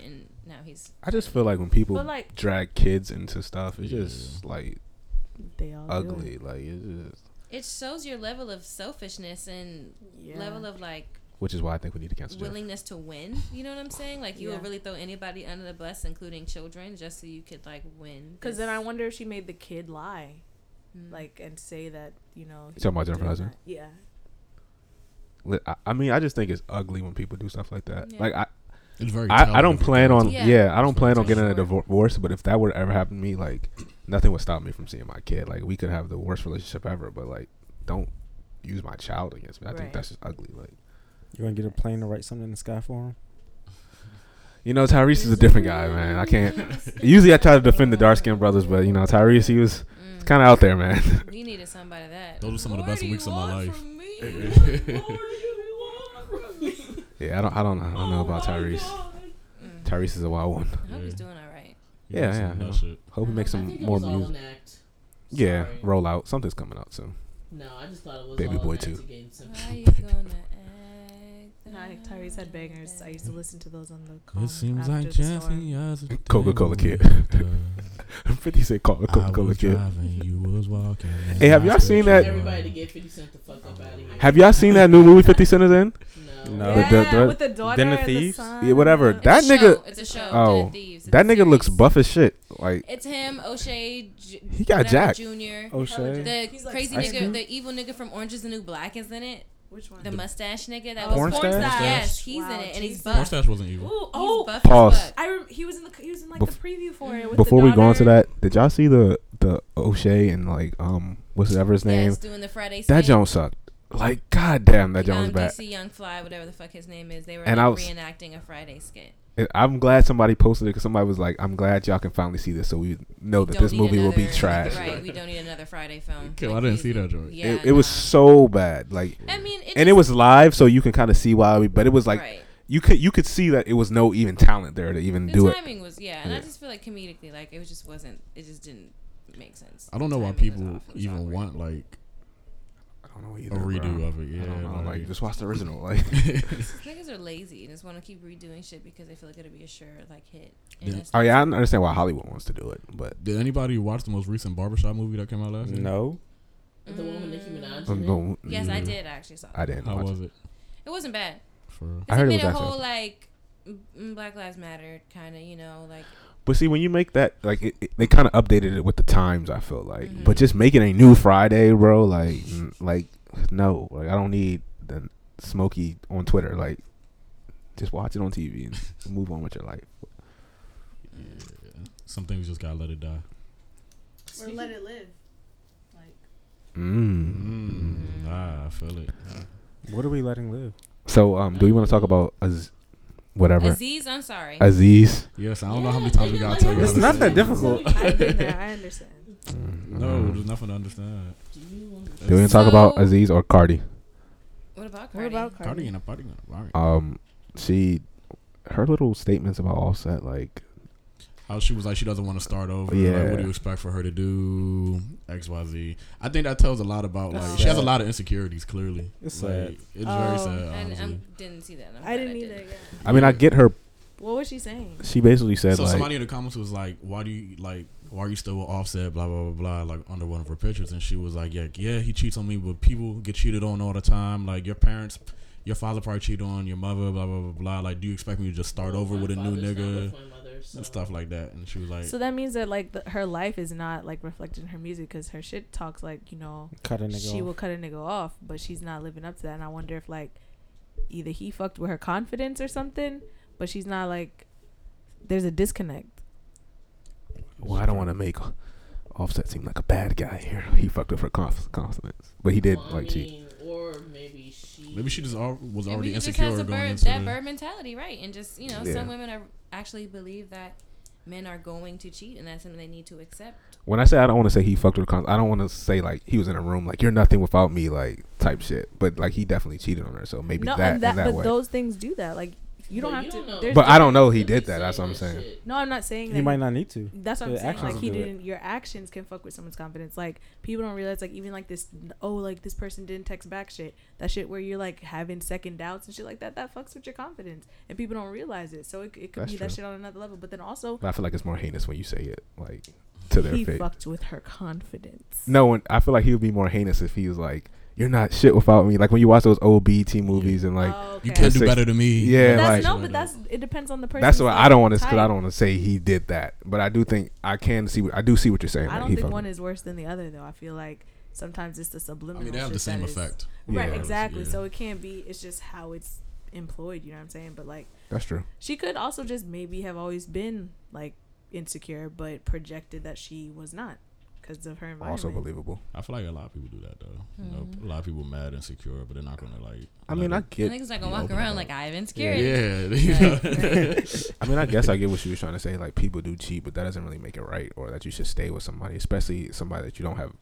And now he's
I just feel like when people
But, like-
drag kids into stuff, it's just like
They all do it.
ugly. Like it's just,
it shows your level of selfishness and
Yeah.
level of like
which is why I think we need to cancel. Jeff.
willingness to win. You know what I'm saying? Like you
Yeah.
would really throw anybody under the bus, including children, just so you could like win.
Because
this.
then I wonder if she made the kid lie,
Mm.
like, and say that you know.
You talking about Jennifer
did
Hudson?
not- Yeah.
Li- I- I mean, I just think it's ugly when people do stuff like that.
Yeah.
Like I,
It's very.
I, I don't
talented.
plan on yeah,
Yeah.
I don't plan on
For
getting a
sure.
divorce. But if that were to ever happen to me, like nothing would stop me from seeing my kid. Like we could have the worst relationship ever, but like don't use my child against me. I
Right.
think that's just ugly. Like
You gonna get a plane to write something in the sky for him?
you know, Tyrese is a different guy, man. I can't. Usually, I try to defend the dark skinned brothers, but you know, Tyrese he was
Mm.
kind of out there, man.
you needed somebody that.
Those are some of the best weeks of my life.
yeah, I don't, I don't, know. I don't know
Oh
about Tyrese.
Mm.
Tyrese is a wild one.
I hope he's
Yeah.
doing all right.
Yeah, yeah,
Some of
yeah.
that shit.
Hope he makes
I
some
think it
more
was all
music.
an act.
Yeah,
Sorry.
roll out. Something's coming out soon.
No, I just thought it was
Baby
all
boy
an
too.
anti-game symbol.
Why you gonna act?
No,
Ah.
like Tyrese had bangers. I used to listen to those on the calm
It seems
after
like
the storm.
Jesse has a
Coca-Cola
devil
kid.
after.
Fifty said call
I
Coca Cola
was
kid.
driving, you was walking.
Hey, have y'all
I
seen
split
that-
your
Everybody to
mind.
get 50 Cent the fuck up out of here.
Have y'all seen that new movie Fifty Cent is
No.
in?
No.
Yeah,
Uh, The- the- the-
with the daughter
Den of
and
Thieves?
the son.
Yeah, whatever.
It's
That
a show.
nigga,
It's a show.
Oh,
Dead Thieves. It's
that
a
nigga looks
series.
buff as shit. Like
It's him, O'Shea. J-
he got
whatever,
jacked.
Junior.
O'Shea.
The
He's like
crazy
Ice
nigga,
Cube?
the evil nigga from Orange Is the New Black is in it.
Which one?
The mustache nigga that
Porn
was porn
stash?
star.
Oh.
Yes,
Mustache.
he's
Wow,
in it, and he's
Jesus.
buff.
Mustache wasn't evil.
Ooh,
He's
oh,
buff as
Pause.
fuck.
I rem- he was in the he was in like
Bef-
the preview for it. With
Before
the
we go into
daughter.
that, did y'all see the the O'Shea and like um what's ever his name?
Yes, doing the Friday.
That
skit.
Jones sucked. Like goddamn, that Jones
um,
bad.
DC Young Fly, whatever the fuck his name is, they were
And
like,
I was-
reenacting a Friday skit.
And I'm glad somebody posted it because somebody was like, "I'm glad y'all can finally see this, so we know that
Don't
this
need
movie will be
another-
trash."
Right, we don't need another Friday film.
Okay, well, I
Like,
didn't see
these-
that joint.
Yeah,
It, it was
nah.
so bad, like,
I mean, it
and it
just-
was live, so you can kind of see why. We, but it was like
right.
you could you could see that it was no even talent there to even
the
do it.
timing was yeah, and
Yeah.
I just feel like comedically, like it just wasn't, it just didn't make sense.
I don't
The
know why
timing was
people
off. It was
even
awkward.
want like
I don't know
a
either.
redo
bro.
of it. Yeah,
I don't know, like
like-
just watch the original. Like
Niggas are lazy and just want to keep redoing shit because they feel like it'll be a sure like hit.
Yeah.
And that's
Oh yeah, I understand why Hollywood wants to do it, but
Did anybody watch the most recent Barbershop movie that came out last year?
No.
With the woman Nicki Minaj.
I'm
in it.
going.
mm-hmm. Yes,
Mm-hmm.
I did actually saw.
Mm-hmm. I
It,
didn't.
How
watch
was
it.
it?
it wasn't bad.
For real?
I
I
heard it
made
was
a
actually-
whole like mm, Black Lives Matter kind of you know like
But see, when you make that, like, it, it- they kind of updated it with the times. I feel like,
Mm-hmm.
but just making a new Friday, bro. Like, n- like no, like I don't need the Smokey on Twitter. Like, just watch it on TV and move on with your life.
Yeah. Some things just gotta let it die.
Or let it live. Like
Mm.
Mm, nah, I feel it.
What are we letting live?
So, um, do you want to talk about Az- whatever
Aziz. I'm sorry.
Aziz?
Yes, I don't know how many times we gotta tell you.
It's
how to
not
say
that
it.
difficult.
I've been there. I understand.
Mm-hmm.
No, there's nothing to understand.
Do you want
Do we want to talk about
So-
Aziz or Cardi?
What about
What
Cardi?
about
Cardi
Cardi?
and a party in a party.
Um, she, her little statements about Offset, like,
How she was like, she doesn't want to start over. Like,
Yeah.
what do you expect for her to do? X, Y, Z. I think that tells a lot about like
Oh.
she has a
Sad.
lot of insecurities. Clearly,
It's
like,
sad.
It's
Oh,
very sad.
I,
Honestly.
I didn't see that. and I'm
I
glad
didn't either. Yeah.
I mean, I get her.
What was she saying?
She basically said
so
like,
somebody in the comments was like, "Why do you like? Why are you still with Offset? Blah blah blah blah. Like under one of her pictures." And she was like, "Yeah, yeah, he cheats on me, but people get cheated on all the time. Like your parents, your father probably cheated on your mother. Blah blah blah blah. Like, do you expect me to just start over
Oh, My
with a new
father's not
nigga
with my mother, so-
and stuff like that?" And she was like,
So that means that like the, her life is not like reflected in her music because her shit talks like you know
Cut a nigga
she
off.
will cut a nigga off, but she's not living up to that. And I wonder if like either he fucked with her confidence or something, but she's not like there's a disconnect.
Well, I don't want to make Offset seem like a bad guy here. He fucked up her conf- confidence, but he did
Well, I
like cheat.
mean, Or maybe she.
"Maybe she just al- was
Maybe
already
you just
insecure
has a
going
bird,
into
that
the-
bird mentality, right? And just you know,
Yeah.
some women are actually believe that men are going to cheat, and that's something they need to accept.
When I say I don't want to say he fucked her confidence, I don't want to say like he was in a room like you're nothing without me like type shit. But like he definitely cheated on her, so maybe
no,
that
and
in
that,
that,
but
way.
those things do that. Like you don't
But
have
you don't
to.
know.
there's
But I don't
different
know he
people
did that. That's what I'm
that
saying.
shit.
No, I'm not saying
He
that
might not need to.
That's what I'm
The
saying.
actions
Like
will
he
do it.
didn't. Your actions can fuck with someone's confidence. Like people don't realize. Like even like this. Oh, like this person didn't text back. Shit. That shit where you're like having second doubts and shit like that. That fucks with your confidence, and people don't realize it. So it, it could
That's
be
true.
that shit on another level. But then also,
But I feel like it's more heinous when you say it like to their
he
face.
fucked with her confidence.
No, one. I feel like he would be more heinous if he was like you're not shit without me. Like when you watch those old BT movies and like
Oh,
You
okay.
can't
Six-
do better than me.
Yeah,
But that's
like-
no, but that's it depends on the person.
that's what I don't want to because I don't want to say he did that. But I do think I can see what I do see what you're saying.
I
like,
don't
he
think
fucked
one
her.
is worse than the other though. I feel like sometimes it's the
I
subliminal.
mean, they have
shit
the same
that is-
effect.
Right,
Yeah.
exactly.
Yeah.
So it can't be. It's just how it's employed. You know what I'm saying? But like,
that's true.
she could also just maybe have always been like insecure, but projected that she was not because of her environment.
Also believable.
I feel like a lot of people do that though. You know, a lot of people mad insecure, but they're not gonna like.
I
let
mean,
it-
I
Mm-hmm. I
get
think it's like
you
gonna walk
open it
around
up.
like I have
yeah.
insecurities.
I mean, I guess I get what she was trying to say. Like, people do cheat, but that doesn't really make it right, or that you should stay with somebody, especially somebody that you don't have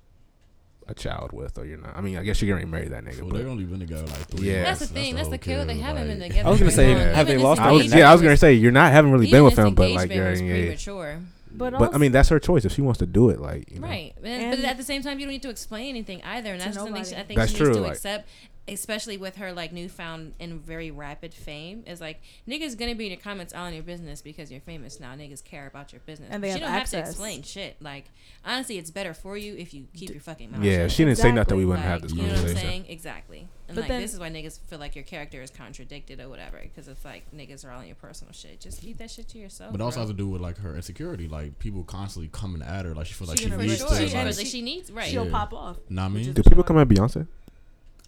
a child with, or you're not. I mean, I guess you're getting married that nigga,
Well,
but
they've only been together like three.
Yeah.
That's
months.
the thing. That's, the
whole
kill. They
kill,
haven't been
like-
together.
I was gonna
very
say,
long.
have they
Even
lost
this
I was,
Even
engagement
yeah, I was gonna say you're not haven't really been
even
with
this
him, but like
engagement
you're
was
yeah, yeah.
premature.
But,
But I mean, that's her choice if she wants to do it. Like, you know.
Right. But,
And-
but at the same time, you don't need to explain anything either. And
To
that's something
nobody.
she, I think
That's
she
true,
needs to
like-
accept, especially with her like newfound and very rapid fame. Is like niggas gonna be in your comments all in your business because you're famous now. Niggas care about your business.
And they
she
have
don't have
access.
to explain shit. Like honestly, it's better for you if you keep your fucking mouth.
Yeah,
shut.
if she didn't say nothing.
Exactly,
We wouldn't have
Like,
this
you know what I'm
conversation.
saying? Exactly. And
But
like
then-
this is why niggas feel like your character is contradicted or whatever because it's like niggas are all in your personal shit. Just keep that shit to yourself.
But it also
bro.
has to do with like her insecurity. Like people constantly coming at her. Like she feels like
She
she
for
needs
sure.
to.
She,
Like,
feels like she needs right
she'll
Yeah.
pop off.
know what I mean?
Do people come at Beyonce?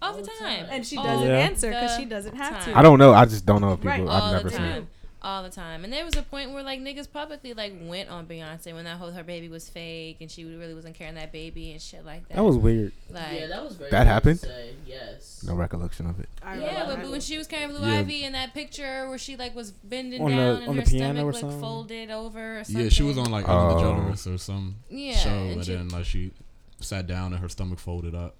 all the time.
And she
All
doesn't
Yeah.
answer because
the
she doesn't have
time.
to.
I don't know. I just don't know if people.
Right,
all
I've never
the
seen.
time. All the time. And there was a point where like niggas publicly like went on Beyonce when that whole her baby was fake and she really wasn't carrying that baby and shit like that.
That was weird.
like
yeah, that was very
That
weird to
happened?
say, Yes.
No recollection of it.
yeah,
I remember
but,
that.
but when she was carrying Blue
Yeah.
Ivy in that picture where she like was bending
On the-
down
on
and
the
her
piano
stomach
or
like
something?
folded over or something.
Yeah, she was on like Ellen
Oh.
DeGeneres or some
yeah,
show,
and
and
she-
then like she sat down and her stomach folded up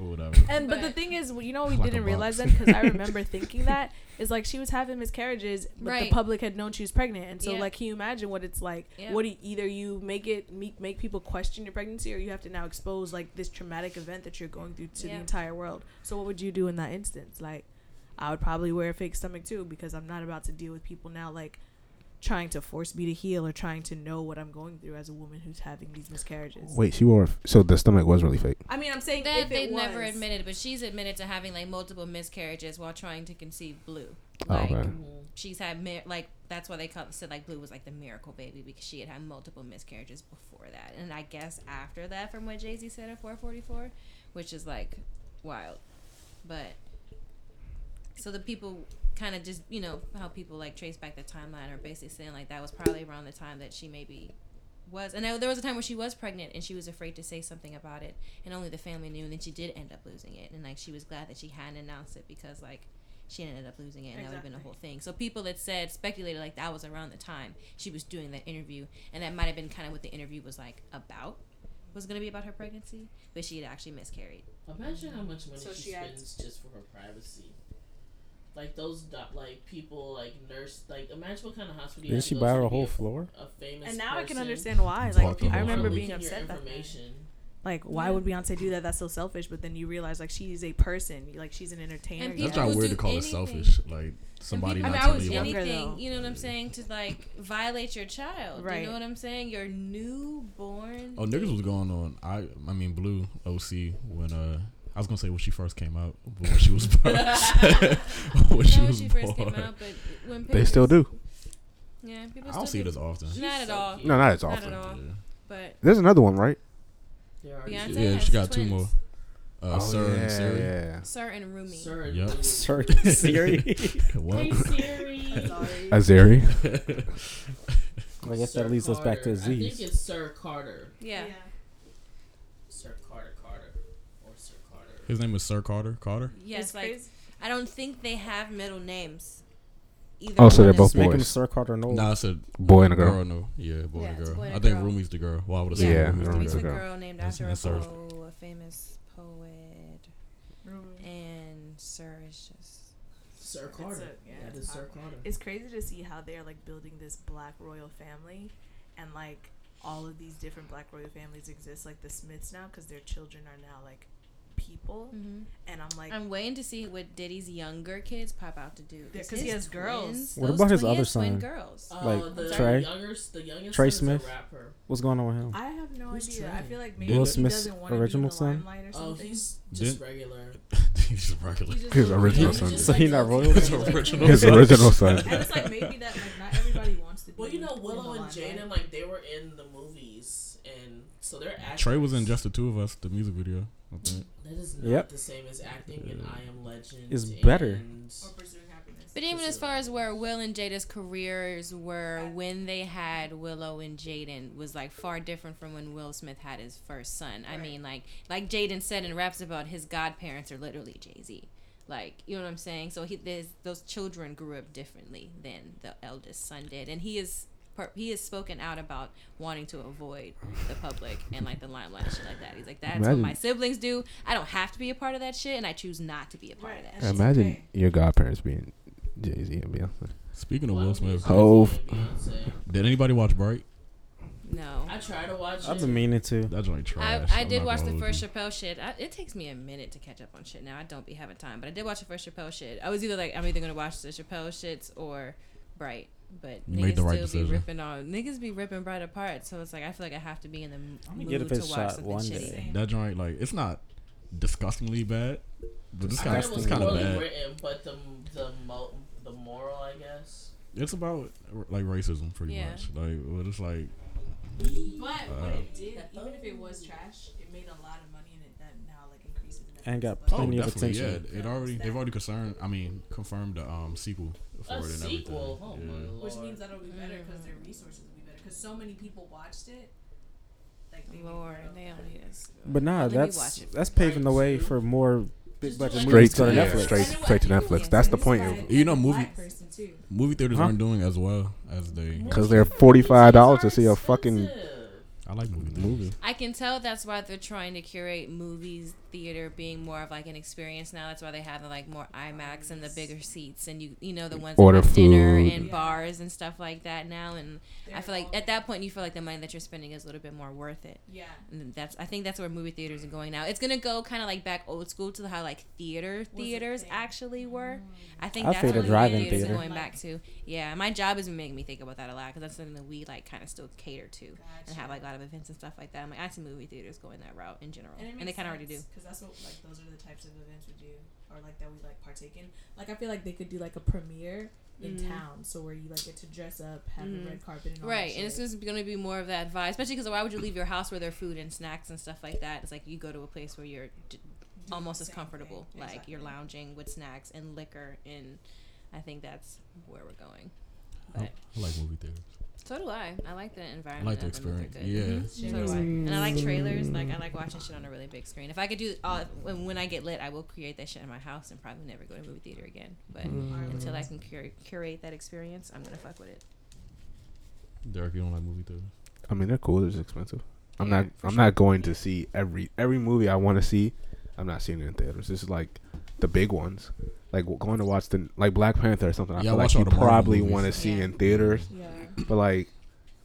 or whatever.
And but the
But-
thing is, you know, we
Like a
didn't realize that
box.
because I remember thinking that is like she was having miscarriages, but the
Right.
public had known she was pregnant, and so
Yeah.
like, can you imagine what it's like?
Yeah.
What do you, either you make it make, make people question your pregnancy, or you have to now expose like this traumatic event that you're going through to
Yeah.
the entire world. So what would you do in that instance? Like, I would probably wear a fake stomach too because I'm not about to deal with people now like trying to force me to heal or trying to know what I'm going through as a woman who's having these miscarriages.
Wait, she wore. So the stomach was really fake.
I mean, I'm saying
that
if
they
it was,
never admitted, but she's admitted to having like multiple miscarriages while trying to conceive Blue.
Oh,
Like,
okay.
Mm-hmm.
she's had mir- like that's why they call said like Blue was like the miracle baby because she had had multiple miscarriages before that, and I guess after that, from what Jay Z said at 444, which is like wild, but so the people kind of just you know how people like trace back the timeline are basically saying like that was probably around the time that she maybe was and there there was a time where she was pregnant and she was afraid to say something about it and only the family knew and then she did end up losing it and like she was glad that she hadn't announced it because like she ended up losing it and that would have been a
Exactly.
whole thing so people that said speculated like that was around the time she was doing that interview and that might have been kind of what the interview was like about was going to be about her pregnancy but she had actually miscarried
Imagine how much money
So
she,
she had-
spends just for her privacy. Like those, doc- like people, like nurse, like imagine what kind of hospital. you have
Didn't
to
she
go
buy
to
her
to be
whole
a-
floor?
A famous.
And now I can
person
understand why.
Talk
Like
to
I
them.
remember
for
being
leaking your
upset that day.
information.
Like, why
Yeah.
would Beyonce do that? That's so selfish. But then you realize, like, she's a person. Like, she's an entertainer.
And
you
That's
people
not
will
weird
do
to call
anything.
it selfish. Like somebody
And
not telling you.
people- I mean, I
what-
was
younger,
anything,
though.
you know what I'm saying, to like violate your child. You
Right.
know what I'm saying? Your newborn.
Oh, niggas was going on. I I mean, Blue OC when uh I was gonna say when she first came out, but when she was born, when
Not
she
when
was
she first
born.
came out, but when
They still
pictures-
do.
Yeah, people
I
still
don't see
do.
it as often.
She's
Not at
so
all.
cute.
No, not as
Not
often.
at all.
Yeah.
But
There's another one, right?
There are
Beyonce
two.
Yeah,
has
she got two
twins.
more. Uh,
oh
Sir
yeah,
and Siri.
yeah.
Sir and Rumi.
Sir,
Yup.
dude.
Sorry,
Hey,
What?
Siri.
Sorry.
Azeri.
I guess
Sir
that leads us
Carter.
back to
I think
Aziz.
it's Sir Carter.
Yeah.
Sir Carter Carter. Or Sir Carter.
His name is Sir Carter. Carter.
Yes,
It's
like
crazy.
I don't think they have middle names. Either
Oh, so
one
they're
is-
both
Make him
boys.
Sir Carter Nolan.
Nah, it's a
Oh. Boy and a girl.
girl. No, yeah, boy
Yeah,
and
it's
girl.
boy and
I
a
think
girl.
Rumi's the girl. Well, I would have
Yeah,
Yeah,
said
I
Rumi's
Rumi's
the
a
girl.
girl.
girl named
That's-
after a
that's her.
poe, a famous poet, and Sir is just.
Sir
That's
Carter.
it, yeah,
that
it's
is Sir
fine.
Carter.
It's crazy to see how they're like building this black royal family, and like all of these different black royal families exist. Like the Smiths now, because their children are now like people,
Mhm.
and I'm like,
I'm waiting to see what Diddy's younger kids pop out to do.
Yeah, 'cause he
his
has girls.
What
those
about his
twin- he
other
has twin
son?
Girls.
Uh,
Like,
the
Trey-
youngest, the youngest
Trey
son is
Smith?
a rapper.
What's going on with him?
I have no
Who's
idea. I
trying?
feel like
Will
maybe he
Smith's
doesn't want to be in
original
the
son?
limelight or
Oh,
something.
he's just
Didn't-
regular.
He's a regular.
He just-
His original
He's
son.
just
So he
like
not
the-
royal?
His original
His
son.
original son.
and it's like maybe that like not everybody wants to. be
Well, you know,
in the
Willow and
limelight.
Jaden, like they were in the movies, and so they're actors.
Trey was in just the two of us, the music video. I think.
That is not
Yep.
the same as acting in I Am Legend.
It's better.
and-
Or pursuing happiness.
But even as far as where Will and Jada's careers were when they had Willow and Jaden was like far different from when Will Smith had his first son. I mean, like like Jaden said in raps about his godparents are literally Jay Z. Like you know what I'm saying? So he there's, those children grew up differently than the eldest son did, and he is per- he has spoken out about wanting to avoid the public and like the limelight and shit like that. He's like, that's
Imagine-
what my siblings do. I don't have to be a part of that shit, and I choose not to be a part of
Right.
that.
She's
Imagine
okay.
your godparents being Jay Z and Beyonce.
Speaking of
Well,
Will Smith,
Hov.
Beyonce.
did anybody watch Bright?
No.
I try to watch
I've
it.
been meaning to.
That's really
I,
trash.
I
I'm
did
not
watch the
gonna
first
hold
Chappelle shit. I, it takes me a minute to catch up on shit now. I don't be having time, but I did watch the first Chappelle shit. I was either like, I'm either gonna watch the Chappelle shits or Bright, but
You
niggas
made the right
still
decision.
be ripping on niggas be ripping Bright apart. So it's like I feel like I have to be in the m-
gonna
mood
get a
to
bitch
watch
shot
something
one
shitty.
day.
you. That joint, like, it's not disgustingly bad, but it's
I
kind
heard
of
it
it's
was
kind of
poorly
bad.
written, but the the mo- the moral, I guess.
It's about like racism, pretty
Yeah.
much. Like, but it's like
But what
Uh,
it did, even if it was trash, it made a lot of money and it that now like increases the
And got
Netflix budget.
Oh,
Plenty of
definitely. Yeah,
attention.
it already they've already concerned. I mean, confirmed the um sequel for
A
it and
sequel. Oh
everything.
my
yeah.
lord.
Which means that'll be better because
Mm.
their resources will be better because so many people watched it. Like they
Lord,
they
they don't need us.
But nah,
Let me
that's
watch it.
that's paving the way
Right,
for more big
Just do
budget
like-
movies
Straight
to go to
to- yeah,
Netflix.
straight- straight to Netflix. That's the point.
You know, movie-
person too.
Movie theaters
Huh?
aren't doing as well as they.
Because they're forty-five dollars to see a fucking
Expensive.
I like movie theaters.
movie.
I can tell that's why they're trying to curate movies theater being more of like an experience now. That's why they have like more IMAX and the bigger seats and you you know the ones that
Order
have dinner
food.
and
Yeah.
bars and stuff like that now. And I feel like at that point you feel like the money that you're spending is a little bit more worth it.
"Oh, Yeah.
And that's I think that's where movie theaters are going now. It's gonna go kind of like back old school to how like theater
Was Mm. a
theaters
thing.
actually were. I think
I
that's
feel the
where movie
drive-in
theaters
theater.
are going back to. Yeah, my job is making me think about that a lot because that's something that we like kind of still cater to and have like a lot of events and stuff like that. I'm like, I see movie theaters going that route in general, and, they kind of already do.
because that's what like those are the types of events we do or like that we like partake in. Like I feel like they could do like a premiere in
Mhm.
town, so where you like get to dress up, have
Mhm.
a red carpet, and all
Right,
that
and it's
shit.
just going to be more of that vibe, especially because why would you leave your house where there are food and snacks and stuff like that? It's like you go to a place where you're d-
Do the
almost as
same
comfortable,
thing.
like you're
Exactly.
lounging with snacks and liquor, and I think that's where we're going.
I,
But
I like movie theaters.
so do I. I like the
I
environment.
like the
of them,
experience.
they're good.
Yeah,
Mm-hmm. So do I. And I like trailers. Like I like watching shit on a really big screen. If I could do all, when, when I get lit, I will create that shit in my house and probably never go to a movie theater again. But
Mm.
until I can cur- curate that experience, I'm gonna fuck with it.
Derek, you don't like movie theaters.
I mean, they're cool. They're just expensive. I'm
Yeah,
not. I'm not going to see every every movie I want to see. I'm not seeing it in theaters. This is like the big ones. Like w- going to watch the like Black Panther or something. I
Yeah, I
feel like
watch all
you
the Marvel
probably
movies.
want to see
Yeah.
in theaters,
yeah.
but like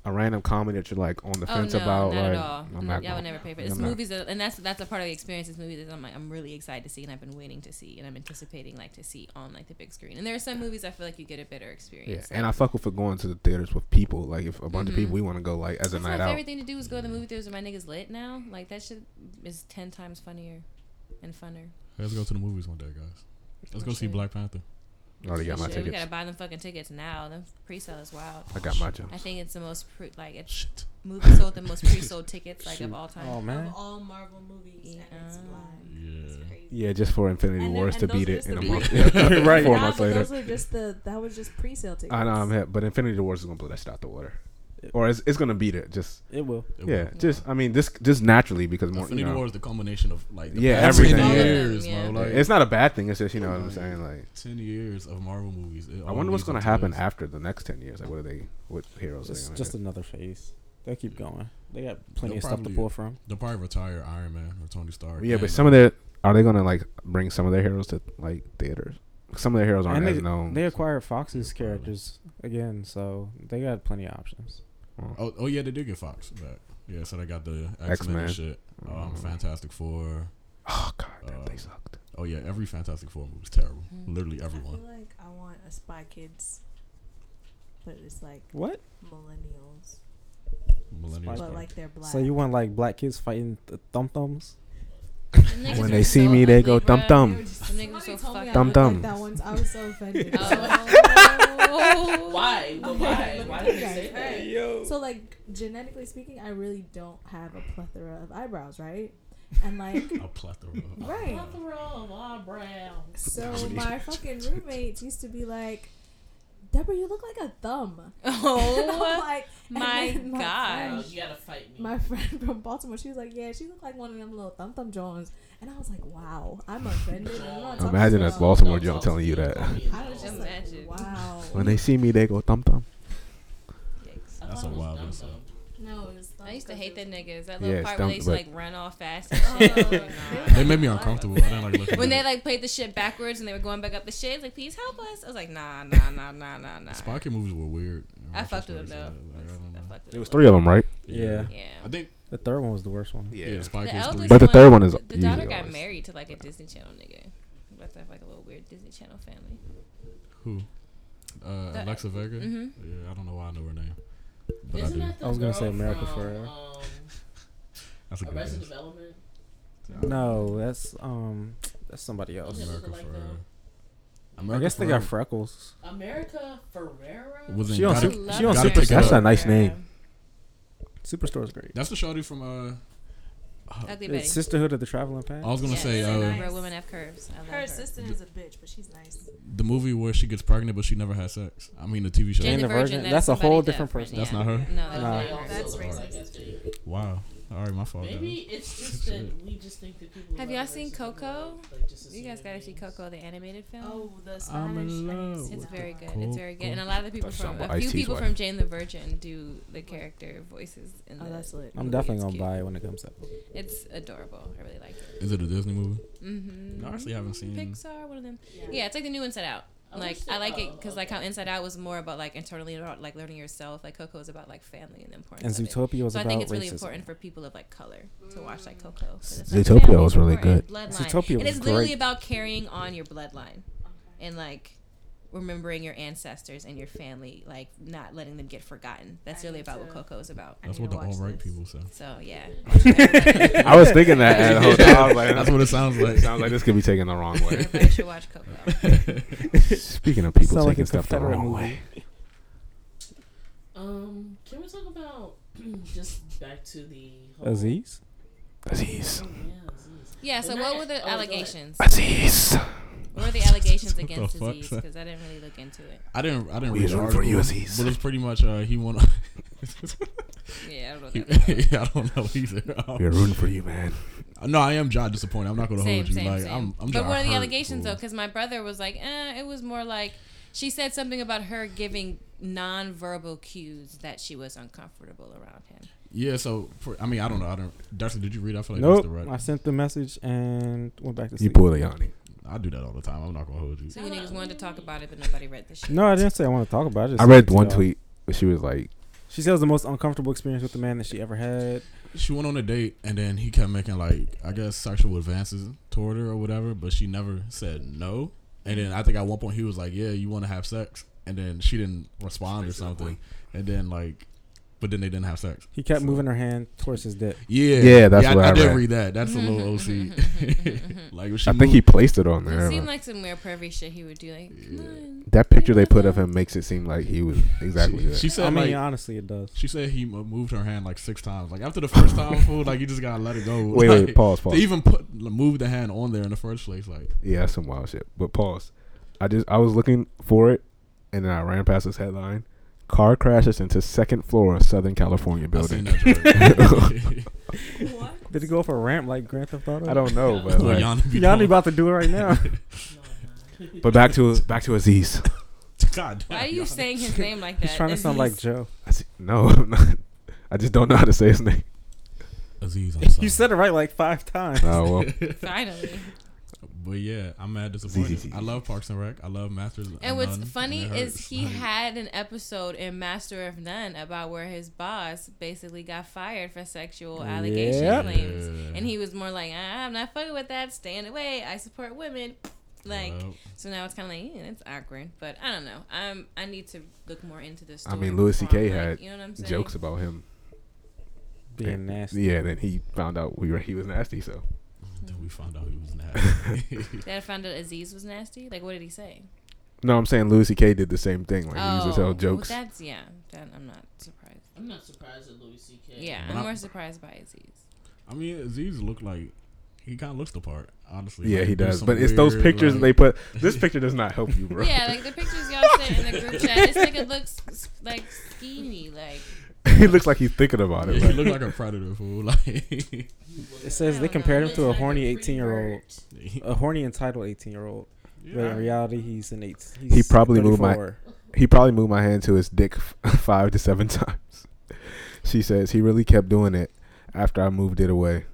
a random comedy that you're like on the
Oh no,
fence about.
not
like,
at all.
I'm
no,
not.
y'all would
going.
never pay for it.
I'm
It's
not.
movies, that, and that's that's a part of the experience. It's movies that I'm like I'm really excited to see, and I've been waiting to see, and I'm anticipating like to see on like the big screen. And there are some movies I feel like you get a better
Yeah,
experience.
and I
Like,
fuck with going to the theaters with people. Like if a bunch of
Mhm.
people, we want to go like as a
that's my
night out.
favorite thing to do is go to the movie theaters with my niggas lit now. Like that shit is ten times funnier and funner.
Let's go to the movies one day, guys. Let's go see
Shit.
Black Panther.
I already Oh, got my
Shit, we
tickets.
gotta buy them fucking tickets now. Them pre-sale is wild.
I got my job.
I think it's the most pre- like it's
Shit.
movie sold the most pre-sold tickets like of all time.
Oh
Of
man,
all Marvel movies, and it's
Yeah.
blind. It's
Yeah.
crazy.
Yeah, just for Infinity
And then-
Wars
and
to
those
beat
are
it
just
in a
the
month.
pre-
right. Four
Nah,
months
but
later.
Those were just the that was just pre-sale tickets.
I know I'm hip, but Infinity Wars is gonna blow that shit out the water, or it's, it's gonna beat it. Just
it will.
It
yeah,
was-
just I mean, just just naturally because more
Infinity
you know,
War is the culmination of like the
Yeah,
past
everything.
Ten
All of
years,
them, yeah.
bro. Like,
it's not a bad thing. It's just you know what I'm
Like,
saying. Like,
ten years of Marvel movies. It
I
all
wonder what's
leads
gonna
up
happen
this.
after the next ten years. Like, what are they? What heroes?
It's
are they
just
gonna
another phase. They'll keep
Yeah.
going. They got plenty
They'll
of stuff to
probably-
pull from.
They'll probably retire Iron Man or Tony Stark.
do? yeah, but
and,
some
uh,
of their are they gonna like bring some of their heroes to like theaters? Some of their heroes aren't
And
as
they,
known.
they acquired Fox's
Yeah, probably.
characters again, so they got plenty of options.
Oh, oh yeah, they did get Fox back. Yeah, so they got the X Men
X-Men.
shit. Um,
Mm.
Fantastic Four.
Oh god, that
Uh,
they sucked.
Oh yeah, every Fantastic Four movie was terrible.
Mm.
Literally
I feel
everyone.
like I want a Spy Kids, but it's like
What?
millennials,
Millennials.
Spike.
but
probably.
like they're black.
So you want like black kids fighting the thumb thumbs?
Niggas
When
were
they see
so
me, they
ugly,
go thump
bruh.
thump.
Them niggas were so fucked
Dum
up.
dum.
that once I was so offended.
Oh.
Why? But why?
Okay,
Why
look
did they
at
say
you guys.
that?
Hey,
Yo.
So like genetically speaking, I really don't have a plethora of eyebrows, right? And like
a plethora. of-
Right.
Plethora of eyebrows.
so my fucking roommates used to be like, Deborah, you look like a thumb. And I'm
Oh
like, and
my
then my
gosh.
Oh,
friend-
you gotta fight me.
my friend from Baltimore, she was like, Yeah, she looked like one of them little thumb thumb Jones. And I was like, Wow, I'm offended. and I'm not talking
Imagine
about-
that's Baltimore
Don't
Joe
talk to
telling
me.
you that.
Don't be a
I was
Joe.
just
Imagine.
like, Wow.
When they see me, they go thump thump.
Yikes.
I
That's
thought
a
it was
wild
dumb,
insult.
though.
No, it was thumb
I used to
'cause
hate
it
that
was-
niggas. That
Yeah,
little
it's
part where they
dumb,
used to
but-
like run all fast. And shit.
Oh,
Nah.
They made me uncomfortable. I didn't like looking.
when
at
they
it.
like played the shit backwards and they were going back up the shit, like please help us. I was like, nah, nah, nah, nah, nah, nah.
Spy Kid movies were weird.
I fucked with them though.
Like, I don't know.
fucked it.
It
up
was
a
three of
little
them, right?
Yeah.
bit. Yeah.
I think
The third one was the worst one.
yeah, the Spy
The
Kids three.
eldest
But the third one is
The daughter
usually
got
always-
married to like a Disney Channel nigga. We're About to have like a little weird Disney Channel family.
Who? Uh,
The-
Alexa Vega.
Mm-hmm.
Yeah, I don't know why I know her name, but I
Isn't
do.
that the
I was gonna
girl
say America
from,
Ferrera.
Um,
That's a good
Arrested
guess.
Development.
No, that's um, that's somebody else.
Yeah,
America
look alike,
Ferrera.
I
America
guess they got
Ferrera
freckles.
America Ferrera.
was in
She on
Gotta-
Sup-
Love
she on
Gotta
Super-
Take It
That's
Up.
a nice name.
Superstore's great.
That's the shawty from uh.
Ugly Betty.
It's Sisterhood of the Traveling
I
Pants.
was gonna
Yes.
say
They're
uh,
Where women have curves. I love
Her
her.
assistant is a bitch, but she's nice.
the movie where she gets pregnant but she never has sex. I mean the TV show.
Jane the
Jane the
Virgin.
Virgin.
that
That's
is
a
somebody
whole different person.
That's
yeah.
not her?
No, that's
Nah.
not
They
her.
also
That's
look
racist.
alike as they-
Wow. All right, my fault.
Maybe it's just that we just think that people.
Have
love
y'all
racism
seen Coco?
and, like, just
You guys
assuming
gotta see
names.
Coco, the animated film.
Oh, the
I'm
Spanish.
in
I need to
love
see
It's
with
that
very
one.
good. It's very good, and a lot of the people
That's
from
something
a few
Ice-T's
people
wife.
from Jane the Virgin do the character voices. In
Oh,
the
that's lit.
I'm
movie.
definitely
It's
gonna
cute.
buy it when it comes out.
It's adorable. I really like it.
Is it a Disney movie?
Mm-hmm.
No, I actually haven't seen-
Pixar. One of them. Yeah, it's like the new Inside Out.
I
like
wish
I
that-
like it
oh,
because like how
okay.
Inside Out was more about like internally about like learning yourself. Like Coco is about like family and the importance.
And
of it.
Zootopia was
So I
about
think it's really
racism.
important for people of like color to watch like Coco. 'cause it's, like,
Zootopia
family,
was really
important,
good.
Bloodline.
Zootopia
and
was
it's literally
great.
about carrying on your bloodline and like remembering your ancestors and your family, like not letting them get forgotten. That's
I
really
need
about what
to-
Coco is about.
I
That's
need
what
to
the all
watch
right
this.
people say.
So yeah,
I was thinking that. and the whole time. I was like,
That's what it sounds like.
sounds like this could be taken the wrong way.
everybody should watch Coco.
Speaking of people
Sound like
taking
a
stuff the
Confederate
wrong
movie.
way,
Um, can we talk about just back to the
Oh.
whole,
Aziz.
Aziz,
Oh, yeah, Aziz.
Yeah. So
But
what
not-
were
oh,
the
go ahead.
allegations?
Aziz,
What were the allegations
What the
against
fuck,
Aziz?
son?
Because I didn't really look into it.
I didn't. I didn't
We
read the
run for
article,
you, Aziz.
But it's pretty much uh, he won.
Yeah, I don't know. What that was about.
yeah, I don't know either. Um,
we're rooting for you, man.
no, I am John disappointed. I'm not gonna
same,
hold you.
same,
like
same.
I'm. I'm
but
Ja
what are the
hurt,
allegations though?
fool.
Because my brother was like, eh, it was more like she said something about her giving nonverbal cues that she was uncomfortable around him.
Yeah. So for, I mean, I don't know. I don't. Darcy, did you read? I feel like
nope.
that's the
I
right.
sent the message and went back to
You
sleep.
pull a Yanni.
I do that all the time. I'm not gonna hold you.
So you niggas wanted to talk about it, but nobody read the shit.
no, I didn't say I want to talk about it. just
I
sent
read
it to
one
y'all.
tweet. where She was like,
She says the most uncomfortable experience with the man that she ever had.
She went on a date and then he kept making like I guess sexual advances toward her or whatever, but she never said no. And then I think at one point he was like, "Yeah, you want to have sex," and then she didn't respond or
Straight to the
something. And then like, but then they didn't have sex.
He kept
So-
moving her hand towards his dick.
Yeah,
Yeah, that's what
I,
I
did
read.
read that. That's a
Mm-hmm,
little OC. like when she
I think he
moved-
placed it on there.
It seemed
but
like some weird pervy shit he would do. Like, come on.
that picture they put of him makes it seem like he was exactly
She,
that.
she said
I mean,
like
honestly, it does.
she said he mo- moved her hand like six times. Like after the first time, fool, like you just gotta let it go.
Wait,
like,
wait, pause,
To
pause.
even put move the hand on there in the first place, like
Yeah, that's some wild shit. But pause. I just I was looking for it, and then I ran past this headline: "Car crashes into second floor of Southern California building."
I seen that. joke.
What?
Did he go off a ramp like Grand Theft Auto?
I don't know, but
That's what
like,
Yanni be
Y'all
doing.
about to do it right now.
No, I'm not.
but back to back to Aziz.
God damn.
Why are you saying his name like that?
He's trying to sound like Joe.
I see, no, I'm not- I just don't know how to say his name.
Aziz, I'm sorry.
You said it right like five times.
Oh well,
Finally.
but yeah, I'm mad disappointed.
Zee, zee, zee.
I love Parks and Rec. I love Masters. of
And what's
None,
funny
and it
is
hurts.
he
Like,
had an episode in Master of None about where his boss basically got fired for sexual allegation
Yep.
claims.
yeah.
And he was more like, ah, I'm not fucking with that. Staying away. I support women. Like,
Well,
so now it's kind of like, yeah, it's awkward. But I don't know. I'm, I need to look more into this.
I
Story
mean, Louis
before
CK
I'm
had
you know what I'm saying?
jokes about him.
Being nasty.
Yeah, then he found out we were he was nasty. So
then we found out he was nasty.
That I found out Aziz was nasty. Like, what did he say?
no, I'm saying Louis C.K. did the same thing. Like he used to tell
Oh, well,
jokes.
that's yeah. That I'm not surprised.
I'm not surprised at Louis C.K.
Yeah,
But
I'm
I-
more surprised by Aziz.
I mean, Aziz looked like he kind of looks the part. Honestly,
yeah,
Like,
he
there's
does.
some
But it's those
weird,
pictures
like-
they put. This picture does not help you, bro.
Yeah, like the pictures y'all sent in the group chat. This nigga looks s- like skinny. Like
he looks like he's thinking about
Yeah,
it.
he
like-
looked like a predator fool. Like,
It says they compared him to a horny 18 year old, a horny entitled 18 year old. But in reality, he's an eight. He's
He probably moved my-
34.
he probably moved my hand to his dick f- five to seven times. She says he really kept doing it after I moved it away.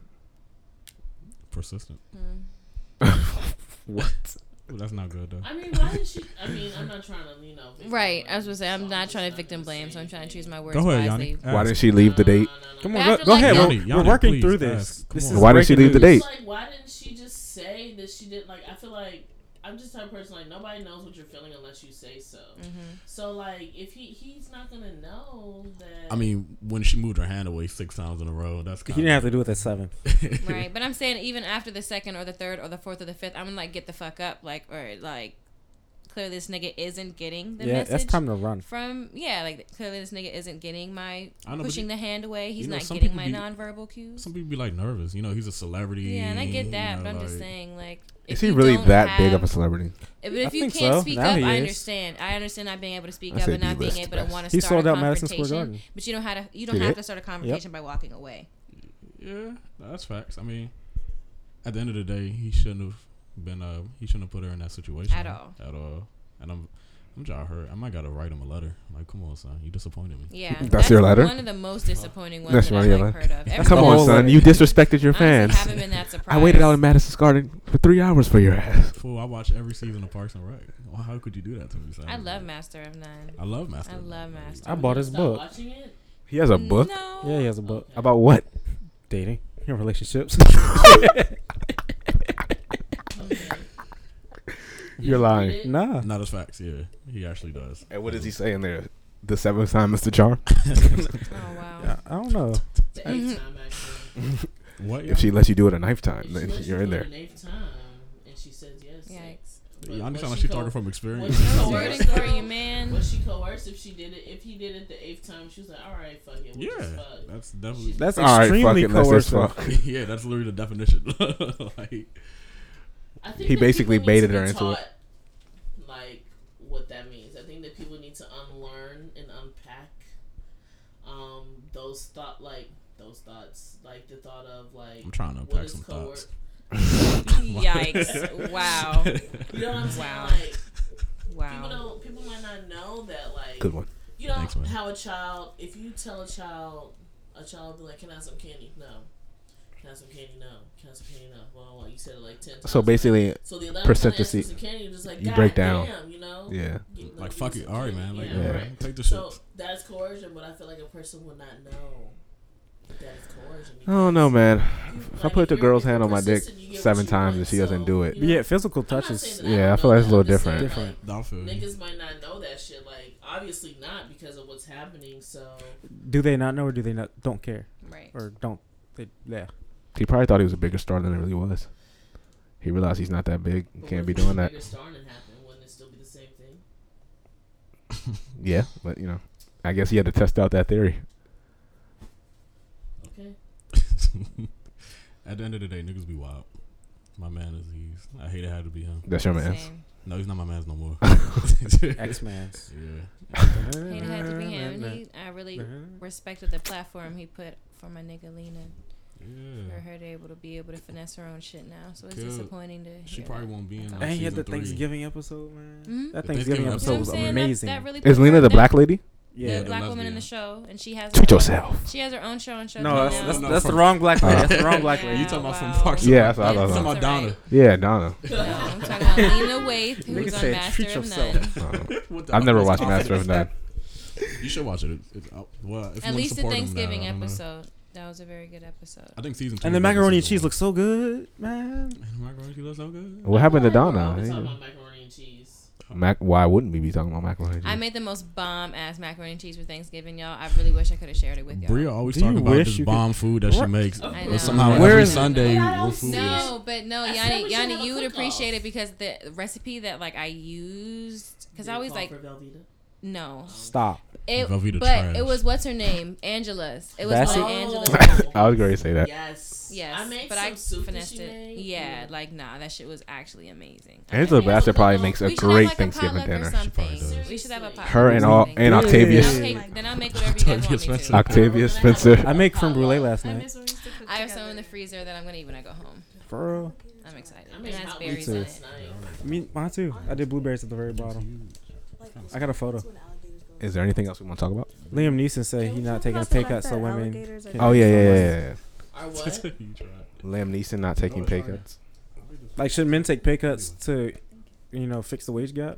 hmm.
persistent.
mm.
what?
Ooh, that's not good though.
I mean, why did she? I mean, I'm not trying to, you know. victim
Right.
blame,
I was gonna say
so
I'm not
just
trying to
gonna
victim blame,
say
so I'm trying to
anything.
choose my words
Go ahead,
wisely.
Yanni.
Why
Ask.
didn't she leave the date?
Come
But
on,
after,
go, go
like,
ahead.
Yanni,
we're,
Yanni,
we're working
please,
through this.
ask. Come
This
on.
is
Why didn't she
breaking
leave the
news.
date?
It's like, why didn't she just say that she didn't like? I feel like I'm just the type of person like nobody knows what you're feeling unless you say so.
Mm. Mm-hmm.
So like, if he he's not gonna know that.
I mean, when she moved her hand away six times in a row, that's
He
kind
didn't have to do it at seven.
Right. But I'm saying even after the second or the third or the fourth or the fifth, I'm gonna like get the fuck up, like or like clearly this nigga isn't getting the
yeah,
message.
that's time to run.
from yeah, like clearly this nigga isn't getting my
I know, but
pushing
you-
the hand away. He's
know,
not
some
getting
people
my
be-
nonverbal cues.
Some people be like nervous, you know. He's a celebrity.
Yeah, and I get that,
you
but
know,
I'm just
like-
saying like
Is
if
he
you
really
don't
that big of
have-
a celebrity?
But if
I
you
think
can't
so.
speak
Now
up,
he
I
is.
understand. I understand not being able to speak
I
up
say
and not being
B-list
able to
best.
want to
He
start
sold
a
out Madison Square
confrontation.
Garden.
But you don't have to. You don't
He
have
did?
to start a conversation by walking away.
Yeah, that's facts. I mean, at the end of the day, he shouldn't have been. Uh, he shouldn't have put her in that situation
At all.
At all. And I'm, I'm trying to hurt. I might gotta write him a letter. Like, come on, son, you disappointed me.
Yeah,
That's your letter?
One of the most disappointing ones
That's
that
your
I've like,
letter.
heard of. Every
Come
the
on,
whole
son.
letter.
You disrespected your
honestly,
fans.
haven't been that surprised.
I waited out in Madison Garden for three hours for your ass.
Fool, I watch every season of Parks and Rec. Well, how could you do that to me, son?
I love Master of None.
I love Master.
I
of
love
None.
Master.
I bought his
Stop
book.
watching it.
He has a book
No.
Yeah, he has a book.
about what?
Dating. Your relationships.
You're lying.
Did it?
nah.
No, that's facts. Yeah, he actually does.
And what does he say in there? The seventh time, Mr. Char.
Oh wow.
I I don't know.
The
Mm-hmm.
eighth time actually.
What?
If she lets you do it a knife
If
time,
she
then
lets you
you're in
do it
there.
an Eighth time, and she says yes.
Yikes.
sex. But
Yanni
was
sound like she
co-
talking from
was
experience.
she
No
coerced
wording for
though?
you, man.
Was she coerced if she did it? If he did it the eighth time, she was like, "All right, fuck it, we'll just
Yeah,
fuck."
that's definitely.
That's
All right, fuck
extremely
it. Let's just
coercive.
fuck.
yeah, that's literally the definition. like,
I think
He
that
basically
people need to
baited
be
her into it.
taught, Like what that means. I think that people need to unlearn and unpack um those thought like those thoughts. Like the thought of like
I'm trying to
what
unpack
is
some
coer-
thoughts.
Yikes. Wow.
You know what I'm saying?
Wow.
Like people
Wow.
don't people might not know that like
Good one.
you know
Thanks, man.
how a child if you tell a child a child will be like, Can I have some candy? No. Can I have some candy? No. Can I have some candy? No. Well, well you said it like ten times.
So basically,
So the eleventh
Percent
percent time
to see-
see, candy, you're just like,
you
God
break down.
Damn, you know,
yeah.
Get-
Like,
give
fuck
me
it.
some
All right,
candy,
man. Like,
yeah,
yeah.
right.
take the shit.
So that's coercion, but I feel like a person would not know that it's coercion.
I don't know, man. If I put the girl's hand
you're
on my dick
persistent, you get
seven
what you
times
want,
and she doesn't
so,
do it.
you
But
know,
yeah, physical
I'm not
touch
saying
is.
that I
yeah,
don't
I feel
know
like it's a
that.
little
I'm just saying,
different.
like,
No, I feel you.
Niggas might not know that shit. Like, obviously not because of what's happening. So
Do they not know or do they not don't care
Right.
or don't? They, yeah.
He probably thought he was a bigger star than he really was. He realized he's not that big.
but
Can't
what if it
be
was
doing that.
bigger star and it happened, Wouldn't it still be the same thing?
Yeah, but you know, I guess he had to test out that theory.
Okay.
At the end of the day, niggas be wild. My man is he's. I hate it had to be him.
That's your man's.
Same.
No, he's not my man's no more.
X Man's.
yeah.
It had to be him. He, I really respected the platform he put for my nigga Lena for
Yeah.
her to able to be able to finesse her own shit now. So it's
Good.
disappointing to.
She
hear
probably
that.
won't be in.
That's
Like,
all.
And he had
season
the
three.
Thanksgiving episode, man.
Mhm.
That
The
Thanksgiving,
Thanksgiving
You know
episode
what I'm
was
saying? That-
amazing.
That, really puts
Is Lena
her-
the
that-
black lady?
The
yeah.
black woman
lesbian.
in the show, and she has.
Treat
her own-
yourself.
She has her own show and show.
No, that's, that's,
no,
that's
fuck.
the wrong black lady. That's the wrong black
You
lady.
talking about
Wow.
from Parks? and
Yeah,
Rec?
that's what I
You
thought.
talking about Donna.
Yeah, Donna.
No, I'm talking about Lena Waithe,
Nigga
who's on
said,
Master
"Treat
of
yourself."
None.
What the
I've never
fuck
watched
is
Master of None.
that? You should watch it. It's, it's, out. well, if you
At
wanna
least the
support him now,
Thanksgiving
I don't know.
episode. That was a very good episode.
I think season two.
And the
was better than
macaroni and
season
cheese
one.
looks so good, man.
And the macaroni and cheese looks so good.
What happened to
I'll be talking
Donna?
about macaroni and cheese.
Mac, why wouldn't we be talking about macaroni? and
I
cheese?
made the most bomb ass macaroni and cheese for Thanksgiving, y'all. I really wish I could have shared it with y'all.
Bria always
Do you
talk about
wish
this
you could-
bomb food that she
Where-
makes,
I
know.
but somehow
Where
every
is it?
Sunday
I don't
we're food.
know.
No, but no,
I said we should
Yanni,
have
Yanni,
a
you would
cook-off.
appreciate it because the recipe that like I used, because
Did
I
it
always
call
like Oh.
for Velveeta? Oh.
no,
Stop.
it,
Velveeta
but
trash.
it was what's her name, Angela's. It was
Bassett?
on
Oh.
Angela's.
I was going to say that.
Yes.
Yes,
I made
but
some
I
soup
finessed
that she
it.
made.
yeah, like nah, that shit was actually amazing.
Angela Bassett probably makes a
We should have,
great
like, a
Thanksgiving
potluck or
dinner.
something.
does.
We should have a pot.
Her and all and
Yeah.
Octavius,
Then I'll, take, then I'll make whatever you guys want me
Octavius
to.
Octavia Spencer.
I made creme brulee last
I
night.
miss when we used to cook
Oh, I have
together.
some in the freezer that I'm gonna eat when I go home.
Bro.
I'm excited.
I
it
made
has
hot
berries
berries
in
last
it.
night.
Me, mine too. I did blueberries at the very bottom.
Like,
I got a photo.
that's when alligators go.
Is there anything else we want to talk about?
Liam Neeson said he not taking a pay cut so women.
Oh yeah, yeah, yeah, yeah. yeah.
Or what?
You tried.
Liam Neeson not taking pay cuts.
Like, should men take pay cuts to you know, fix the wage gap?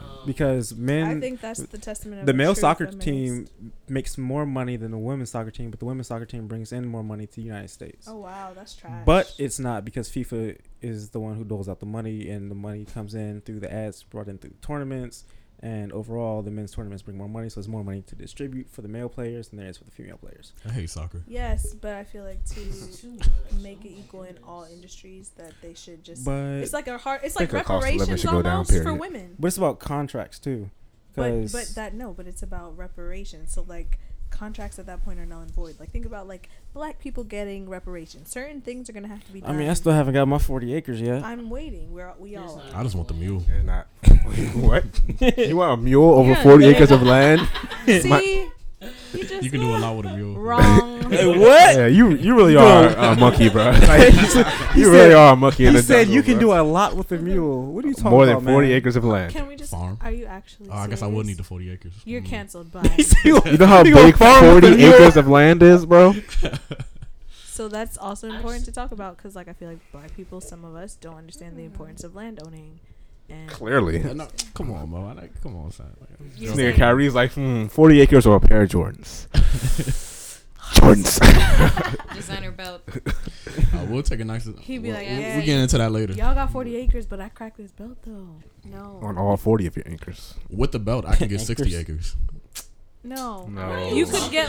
Um,
Because
I
men,
think that's the testament of
the
a
male
true
soccer
feminist.
team makes more money than the women's soccer team, but the women's soccer team brings in more money to the United States.
Oh wow, that's trash.
But it's not because FIFA is the one who doles out the money, and the money comes in through the ads brought in through the tournaments. And overall, the men's tournaments bring more money, so there's more money to distribute for the male players than there is for the female players.
I hate soccer.
yes, but I feel like
it's
to
too much.
make it equal in all industries, that they should just.
But
it's like a hard. It's
I
like
think the cost of living
reparations
should go down,
almost for
period.
women.
but it's about contracts too,
But
because
but that no, but it's about reparations. So like contracts at that point are null and void. Like think about like black people getting reparations. Certain things are gonna have to be.
I
Done.
mean, I still haven't got my 40 acres yet.
I'm waiting. We're we
There's
all.
not
I just want the
enough
mule.
land.
It's not. what? You want a mule over 40 acres of
Uh,
land?
See,
My-
you just
You can do a lot with a mule.
wrong.
what?
Yeah, you you really
Go.
are a monkey, bro. Like, you
he
really
said-
are a monkey. in
He
the
said
jungle,
you can
bro.
do a lot with a mule. What are you talking
more
about,
than 40
man?
acres of land.
Can we just?
Farm.
Are you actually?
Uh, I guess I will
serious?
need the 40 acres.
You're
Mm.
canceled.
He
Bye.
said you-
You know how
you gonna
big
farm with
40
a mule?
acres of land is, bro?
So that's also important
Actu-
to talk about because, like, I feel like black people, some of us, don't understand
Mm-hmm.
the importance of land owning. And
Clearly.
Yeah, no, come on, Mo. I like, come on, son. Like,
You
girl,
said-
Nigga Kyrie's like, hmm, 40 acres or a pair of Jordans. Jordans.
Designer belt.
uh, we'll take a nice.
He'd be
we'll-
like,
we'll-
yeah,
we'll get into that later.
y'all got 40 acres, but I cracked this belt though.
On
No,
all 40 of your acres.
With the belt, I can get 60 acres.
no.
No.
You
Oh.
could get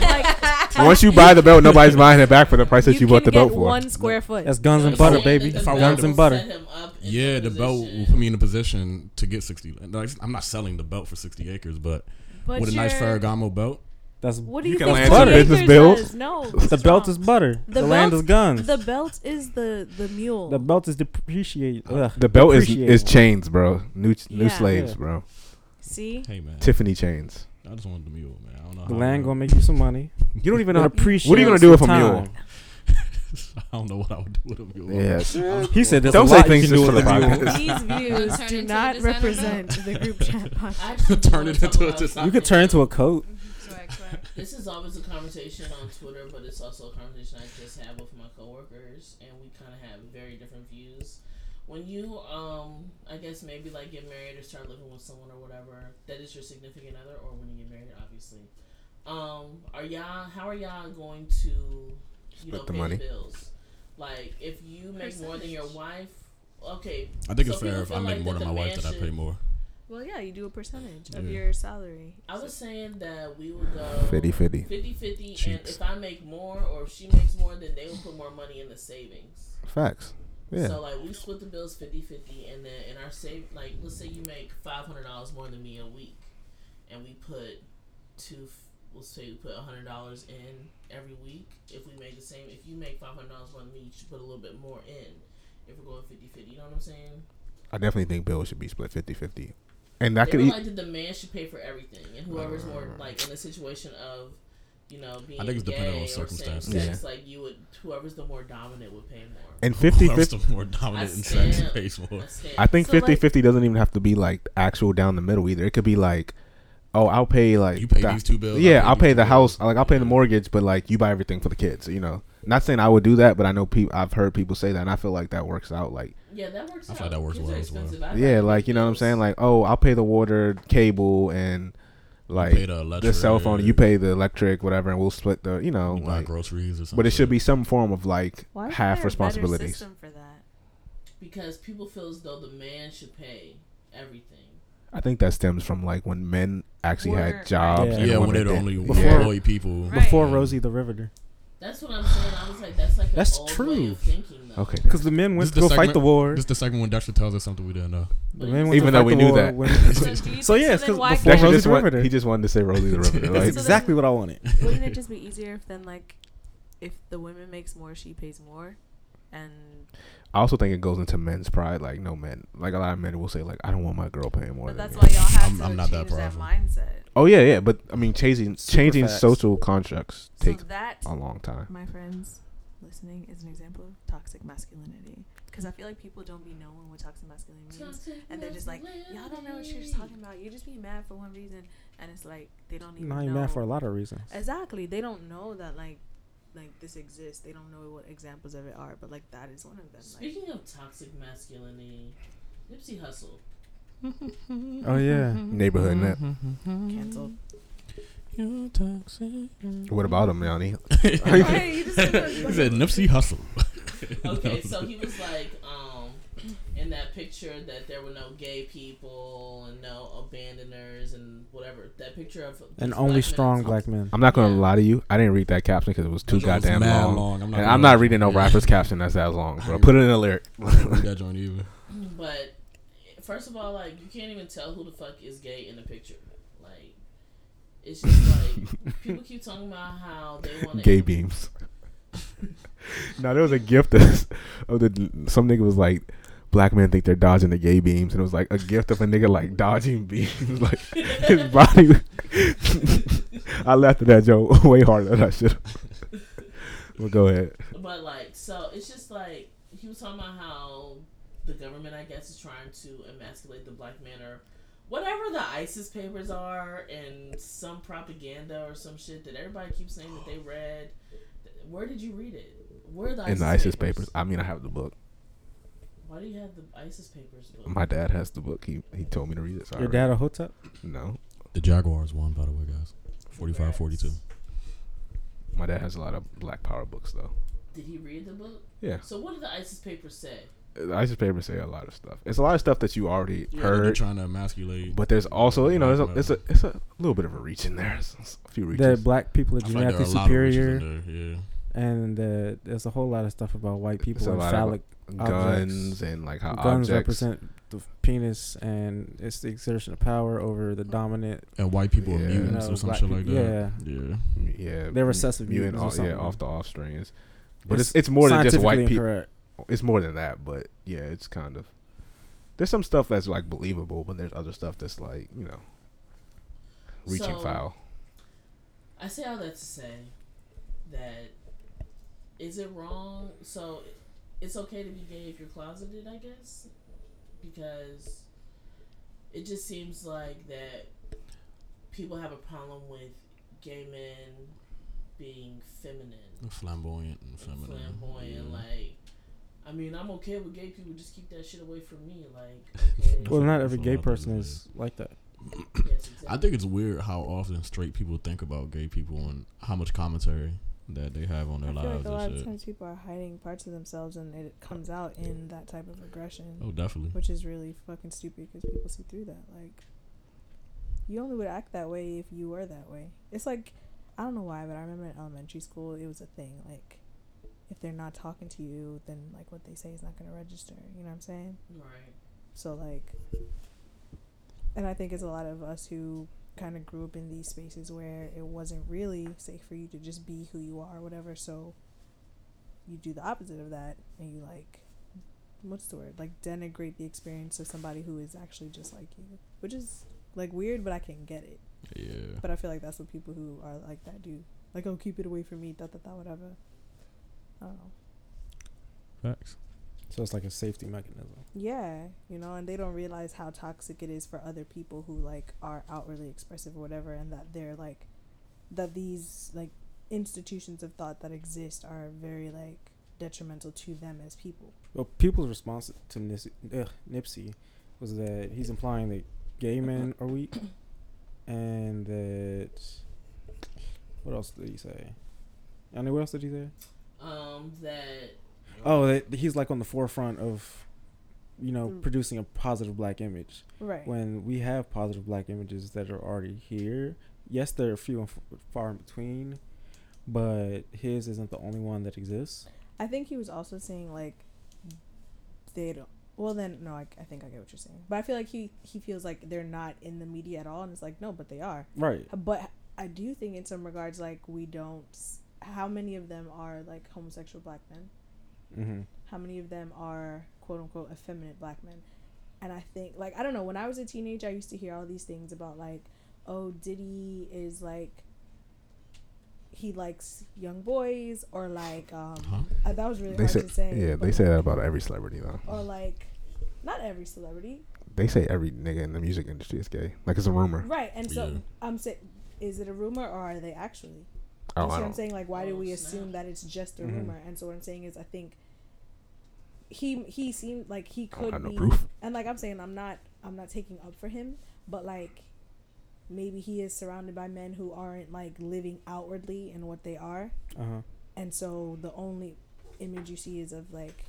like
Once you buy the belt, nobody's buying it back for the price that you,
you
bought the
can get
belt for.
one square foot.
That's guns and
I'm saying
butter,
that
baby.
the
If I
belt
wanted
Guns
will
and butter.
set him up in
Yeah,
a
the belt will
position.
put me in a position to get 60. Like, I'm not selling the belt for 60 acres, but,
But
with a nice
you're-
Ferragamo belt,
That's
What do
You
you,
can
think
land
40
some business
acres
bills.
does? No,
the belt is butter. The,
The
land
belt-
is guns.
the belt is the the mule.
The belt is depreciated. Ugh.
The belt is
Appreciate
is
one.
chains, bro. New new
Yeah.
slaves,
Yeah.
bro.
See,
hey, man.
Tiffany chains.
I just wanted the mule, man. I don't know.
The
how
land
I
gonna make you some money.
You don't even know.
It
How, uh,
appreciates
what are you gonna do with
with
a
time.
mule?
I don't know what I would do with a mule.
yes.
He said there's
Don't
a
say
lot
things
you can do
just for
with a
the
mule.
podcast.
these views
Turn
do
into
not
a designer
represent the group chat. podcast.
I actually
Turn
wanna
it
talk
into a
about
design.
You could turn into a coat.
Swag, swag.
This is always a conversation on Twitter, but it's also a conversation I just have with my coworkers, and we kind of have very different views. When you, um, I guess maybe like get married or start living with someone or whatever, that is your significant other, or when you get married, obviously. Um, are y'all? How are y'all going to, you know,
the
pay
money.
bills? Like, if you make more than your
Percentage.
wife, okay,
I think it's
So people
fair if I
feel
make
like
more
that
than my
the
wife
man
that I pay
should-
more.
Well, yeah, you do a percentage of
Yeah.
your salary.
I
So-
was saying that we would go
50 50.
50 50 and
Cheeks.
if i make more or if she makes more then they will put more money in the savings
Facts. Yeah.
so like we split the bills 50 50 and then in our save like let's say you make $500 more than me a week and we put two let's say we put $100 in every week if we make the same if you make $500 more than me you should put a little bit more in if we're going 50 50 you know what i'm saying
I definitely think bills should be split 50 50. And I
they
could e,
were
eat.
like that the man should pay for everything and whoever's more like in a situation of you know being
Uh, think it's
gay
dependent on
or
circumstances.
same sex, like you would whoever's the more dominant would pay more
And 50
Whoever's
50.
the more dominant in sex
stand.
pays more.
I stand.
I think
So, like-
50 50 doesn't even have to be like actual down the middle either. It could be like, oh, I'll pay like.
You pay
the-
these two bills.
Yeah, I'll
these
pay
two
the
bills.
house. Like I'll pay the
Yeah.
mortgage, but like you buy everything for the kids. You know, not saying I would do that, but I know people. I've heard people say that, and I feel like that works out. Like,
yeah that works
I
out.
thought that works
Kids are
well as well.
expensive. I
yeah, like you know what I'm
bills.
saying. Like, oh, I'll pay the water, cable, and
You pay
like
the,
the
electric,
cell phone. You pay the electric, whatever, and we'll split the. You know,
you buy
like,
groceries or something.
but it should be some form of like
Why isn't there a
half
better
responsibilities.
system for that?
because people feel as though the man should pay everything
I think that stems from like when men actually
Were-
had jobs.
Yeah.
and
Yeah, when
women
they're the
didn't.
only
Before-
employed people.
Right.
Before
Yeah.
Rosie the Riveter,
that's what I'm saying. I was like, that's like an
That's
old way
true.
of thinking, though.
Okay.
because the men went
This
to
is
go
the
fight the
segment-
war.
This is the second one Dexter tells us something we didn't know.
The men went to
Even though
fight
we
the
knew
war
that.
when-
So, do you
So
think-
yeah, it's
then
'cause
why
before
can't-
Dexter
Rosie
just
the
want-
Riveter.
he just wanted to say Rosie the Riveter.
That's
Like,
then-
exactly what I wanted.
Wouldn't it just be easier if then like if the woman makes more, she pays more, and
I also think it goes into men's pride. Like no men, like a lot of men will say like I don't want my girl paying more.
but
than
that's
me.
why y'all have
I'm-
to
I'm not that
change that,
prideful.
mindset.
Oh yeah, yeah. But I mean, changing
Super
changing
facts.
social constructs takes
so that,
a long time.
my friends listening, is an example of toxic masculinity because I feel like people don't be knowing what toxic masculinity means. And they're just like, Y'all don't know what you're talking about. You're just being mad for one reason, and it's like they don't even
Now you
know.
mad for a lot of reasons.
Exactly. They don't know that like like this exists. They don't know what examples of it are, but like that is one of them. Like
Speaking of toxic masculinity, Nipsey Hustle.
Mm-hmm.
Oh yeah.
Neighborhood net.
Canceled.
You're toxic.
What about him, Yanni?
Right, you just
He said Nipsey Hustle.
Okay, so he was like, um, in that picture that there were no gay people and no abandoners and whatever. That picture of
And
these
only
black
strong
men-
black men.
I'm not gonna
Yeah.
lie to you. I didn't read that caption because it was too
That joint was
goddamn
mad
long.
I'm
and
gonna
I'm
lie.
not reading no rapper's caption that's that long, bro. Put it in a lyric.
I didn't read that joint either.
But first of all, like you can't even tell who the fuck is gay in the picture. Like it's just like people keep talking about how they want
Gay beams. now there was a gift of, of the some nigga was like, black men think they're dodging the gay beams, and it was like a gift of a nigga like dodging beams, like his body. I laughed at that joke way harder than I should. have. Well, go ahead.
But like, so it's just like he was talking about how the government, I guess, is trying to emasculate the black man or whatever the ISIS papers are and some propaganda or some shit that everybody keeps saying that they read. Where did you read it? Where are the ISIS
In the ISIS papers, I mean, I have the book.
Why do you have the ISIS papers? book?
My dad has the book. He he told me to read it. So I
Your
read
dad a hotep?
it. No,
The Jaguars won, by the way, guys. 45-42.
my dad has a lot of black power books though.
Did he read the book?
Yeah.
So what did the ISIS papers say?
The ISIS papers say a lot of stuff. It's a lot of stuff that you already
Yeah, they're
heard,
trying to emasculate.
but there's also you know there's a it's a it's a little bit of a reach in there. It's, it's a few
That
reaches.
black people are
I feel like there are
genetically
a lot of races
superior,
in there, Yeah.
and uh, there's a whole lot of stuff about white people
a
and
lot of
phallic
Guns and like how objects.
guns represent the penis, and it's the exertion of power over the dominant.
And white people
Yeah.
are mutants
No,
or some
black
shit like
people-
that. Yeah. Yeah.
Yeah,
They're recessive
mutant.
mutants or
off- yeah,
something.
off the offspring is. But it's, it's, more than just white
scientifically
people.
incorrect.
It's more than that, but yeah, it's kind of. There's some stuff that's like believable, but there's other stuff that's like you know, reaching
So-
foul.
I say all that to say that is it wrong? So it's okay to be gay if you're closeted, I guess, because it just seems like that people have a problem with gay men being feminine,
Flamboyant and
and
feminine.
flamboyant.
Yeah.
Like, I mean, I'm okay with gay people. Just keep that shit away from me. Like, okay,
Well, not every
That's a
gay
lot of
person
things,
is like that.
yes,
I think it's weird how often straight people think about gay people and how much commentary that they have on
I
their
feel like
lives
a lot
and
of
shit.
times people are hiding parts of themselves, and it comes out in that type of aggression.
Oh, definitely.
which is really fucking stupid because people see through that. Like, you only would act that way if you were that way. It's like, I don't know why, but I remember in elementary school it was a thing. Like, if they're not talking to you, then like what they say is not going to register. You know what I'm saying?
right.
So like, and I think it's a lot of us who kind of grew up in these spaces where it wasn't really safe for you to just be who you are, or whatever. So you do the opposite of that, and you like, what's the word? Like denigrate the experience of somebody who is actually just like you, which is like weird, but I can get it.
Yeah.
But I feel like that's what people who are like that do. Like, oh, keep it away from me, da da da, whatever. I don't know.
Facts.
So it's like a safety mechanism.
Yeah, you know, and they don't realize how toxic it is for other people who like are outwardly expressive or whatever, and that they're like that these like institutions of thought that exist are very like detrimental to them as people.
Well, people's response to Nipsey, ugh, Nipsey was that he's implying that gay men are weak, and that what else did he say? I know what else did he say?
Um, that
Oh, that he's like on the forefront of, you know,
Mm.
producing a positive black image.
Right.
When we have positive black images that are already here, yes, they're few and f- far in between, but his isn't the only one that exists.
I think he was also saying like they don't. Well, then no, I, I think I get what you're saying, but I feel like he he feels like they're not in the media at all, and it's like no, but they are.
Right.
but I do think in some regards, like we don't. How many of them are like homosexual black men?
hmm
How many of them are quote unquote effeminate black men? And I think like I don't know. When I was a teenager, I used to hear all these things about like, oh, Diddy is like. He likes young boys, or like um,
Huh?
uh, that was really
They
hard
say
to say.
yeah,
but
they say that about every celebrity though.
or like, not every celebrity,
They say every nigga in the music industry is gay. Like it's a rumor.
right? And so
Yeah.
I'm saying, is it a rumor or are they actually?
Oh,
That's
I
what I'm
don't. Mm-hmm.
saying. Like, why do
Oh,
we
snap.
assume that it's just a
Mhm.
rumor? And so what I'm saying is, I think he he seemed like he
I don't
could
have no
be
proof.
and like I'm saying I'm not I'm not taking up for him, but like maybe he is surrounded by men who aren't like living outwardly in what they are.
Uh huh.
And so the only image you see is of like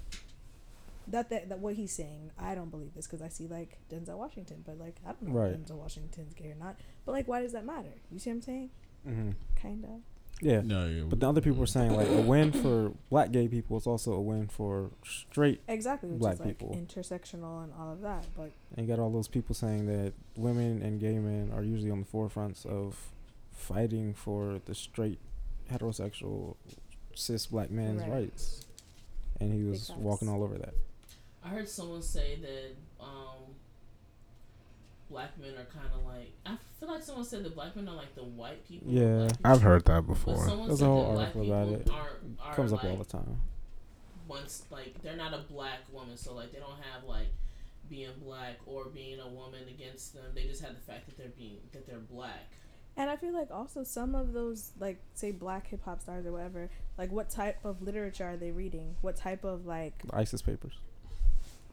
that that, that what he's saying. I don't believe this because I see like Denzel Washington, but like I don't know
Right.
if Denzel Washington's gay or not. But like, why does that matter? You see what I'm saying?
hmm
Kind of.
Yeah.
No, yeah.
But the other people were saying like a win for black gay people is also a win for straight.
Exactly, which
Black
is like
people.
intersectional and all of that. But
And you got all those people saying that women and gay men are usually on the forefronts of fighting for the straight, heterosexual, cis black man's
Right.
rights. And he was
facts.
walking all over that.
I heard someone say that um, black men are kind of like. I feel like someone said that black men are like the white people. of
Yeah.
black people.
I've heard that
But
before.
someone
There's
said
a whole
that black
article about
people
it.
aren't are
Comes
like,
up all the time.
once like they're not a black woman, so like they don't have like being black or being a woman against them. They just have the fact that they're being that they're black.
and I feel like also some of those like say black hip hop stars or whatever, like what type of literature are they reading? What type of like
The ISIS papers.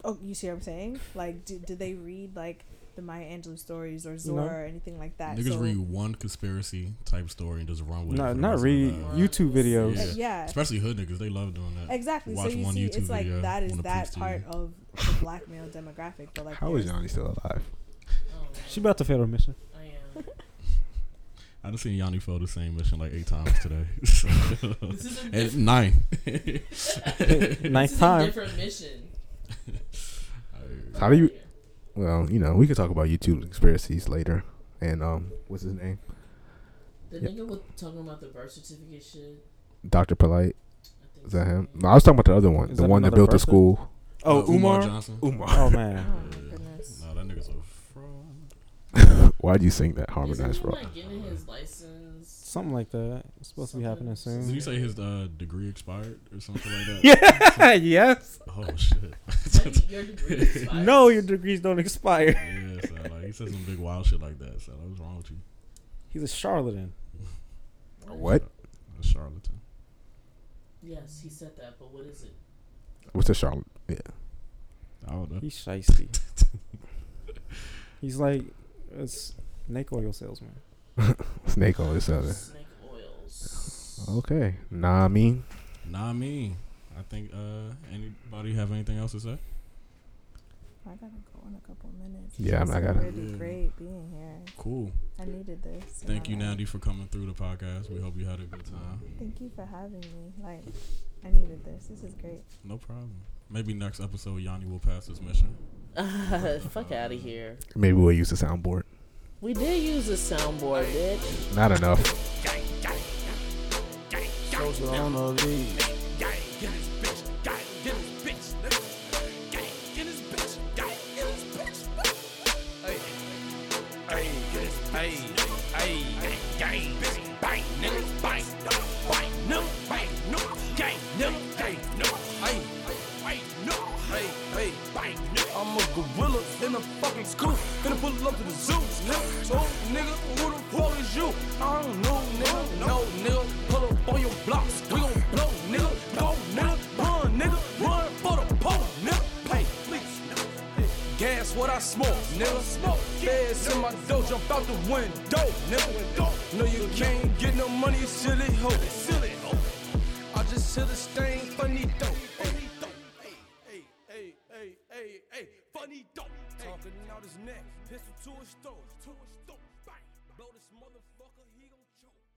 oh you see what I'm saying? Like do, do they read like the Maya Angelou stories or Zora or anything like that?
Niggas
So-
read one conspiracy type story and just run with it.
No,
for the
not
rest of
read
their lives.
YouTube videos.
Uh,
Yeah.
yeah.
Especially hood niggas, they love doing that.
Exactly.
Watch
so you
one
see,
YouTube
it's like
video
that is
on a
that
police
part
TV.
of the black male demographic. But like,
How is
there's-
Yanni still alive?
Oh,
She about to fail her mission.
I am.
I done seen Yanni fail the same mission like eight times today.
This is a,
At nine.
this
Ninth
is a
time.
different mission.
How do you? Well, you know, we could talk about YouTube conspiracies later. And um, what's his name?
The
Yep.
nigga was talking about the birth certificate shit.
Doctor Polite.
I think
Is that him?
so.
No, I was talking about the other one,
Is
the
that
one that
another
built the
person?
school.
Oh, Umar.
Uh, Johnson.
Umar.
Oh
oh
man.
my goodness.
No, that nigga's a fraud.
Why'd you sing that harmonized
Isn't he
rock?
like getting his license?
Something like that. It's supposed to be happening
Did
soon.
you say his uh, degree expired or something like that?
Yeah. yes.
Oh shit.
Maybe your degree expires.
No, your degrees don't expire.
yeah, so, like he said some big wild shit like that. So like, what's wrong with you?
He's a charlatan.
What?
A charlatan.
Yes, he said that, but what is it?
What's a Charlotte?
I don't know.
He's shisty. He's like a snake oil salesman.
Snake on this other.
Snake oils.
Okay. Nah, I mean,
Nah, me. I think. Uh, anybody have anything else to say?
I gotta go in a couple minutes.
Yeah, I'm-
This
I
is
gotta-
Really
Yeah.
great being here.
Cool.
I needed this. in
Thank
my
you,
life.
Nandy, for coming through the podcast. We hope you had a good time.
Thank you for having me. Like, I needed this. This is great.
No problem. Maybe next episode, Yanni will pass his mission.
fuck out of here.
maybe we'll use the soundboard.
We did use a soundboard, bitch.
Not enough.
I'm a gorilla in a fucking school. Finna pull up to the zoo, nigga. So, nigga, who the fuck is you? I don't know, nigga. No, nigga. Pull up on your blocks. We gon' blow, nigga. Go, nigga. Run, nigga. Run for the pole, nigga. Pay, please, nigga. Gas what I smoke, nigga. Smoke. Feds in my dough. Jump out the window, nigga. No, you can't get no money, you silly hoe. Silly hoe. I just hear this thing funny though. Funny though. Hey, hey, hey, hey, hey, funny though. Talking out his neck, pistol to his throat, to his throat. Bang. Blow this motherfucker, he gon' choke.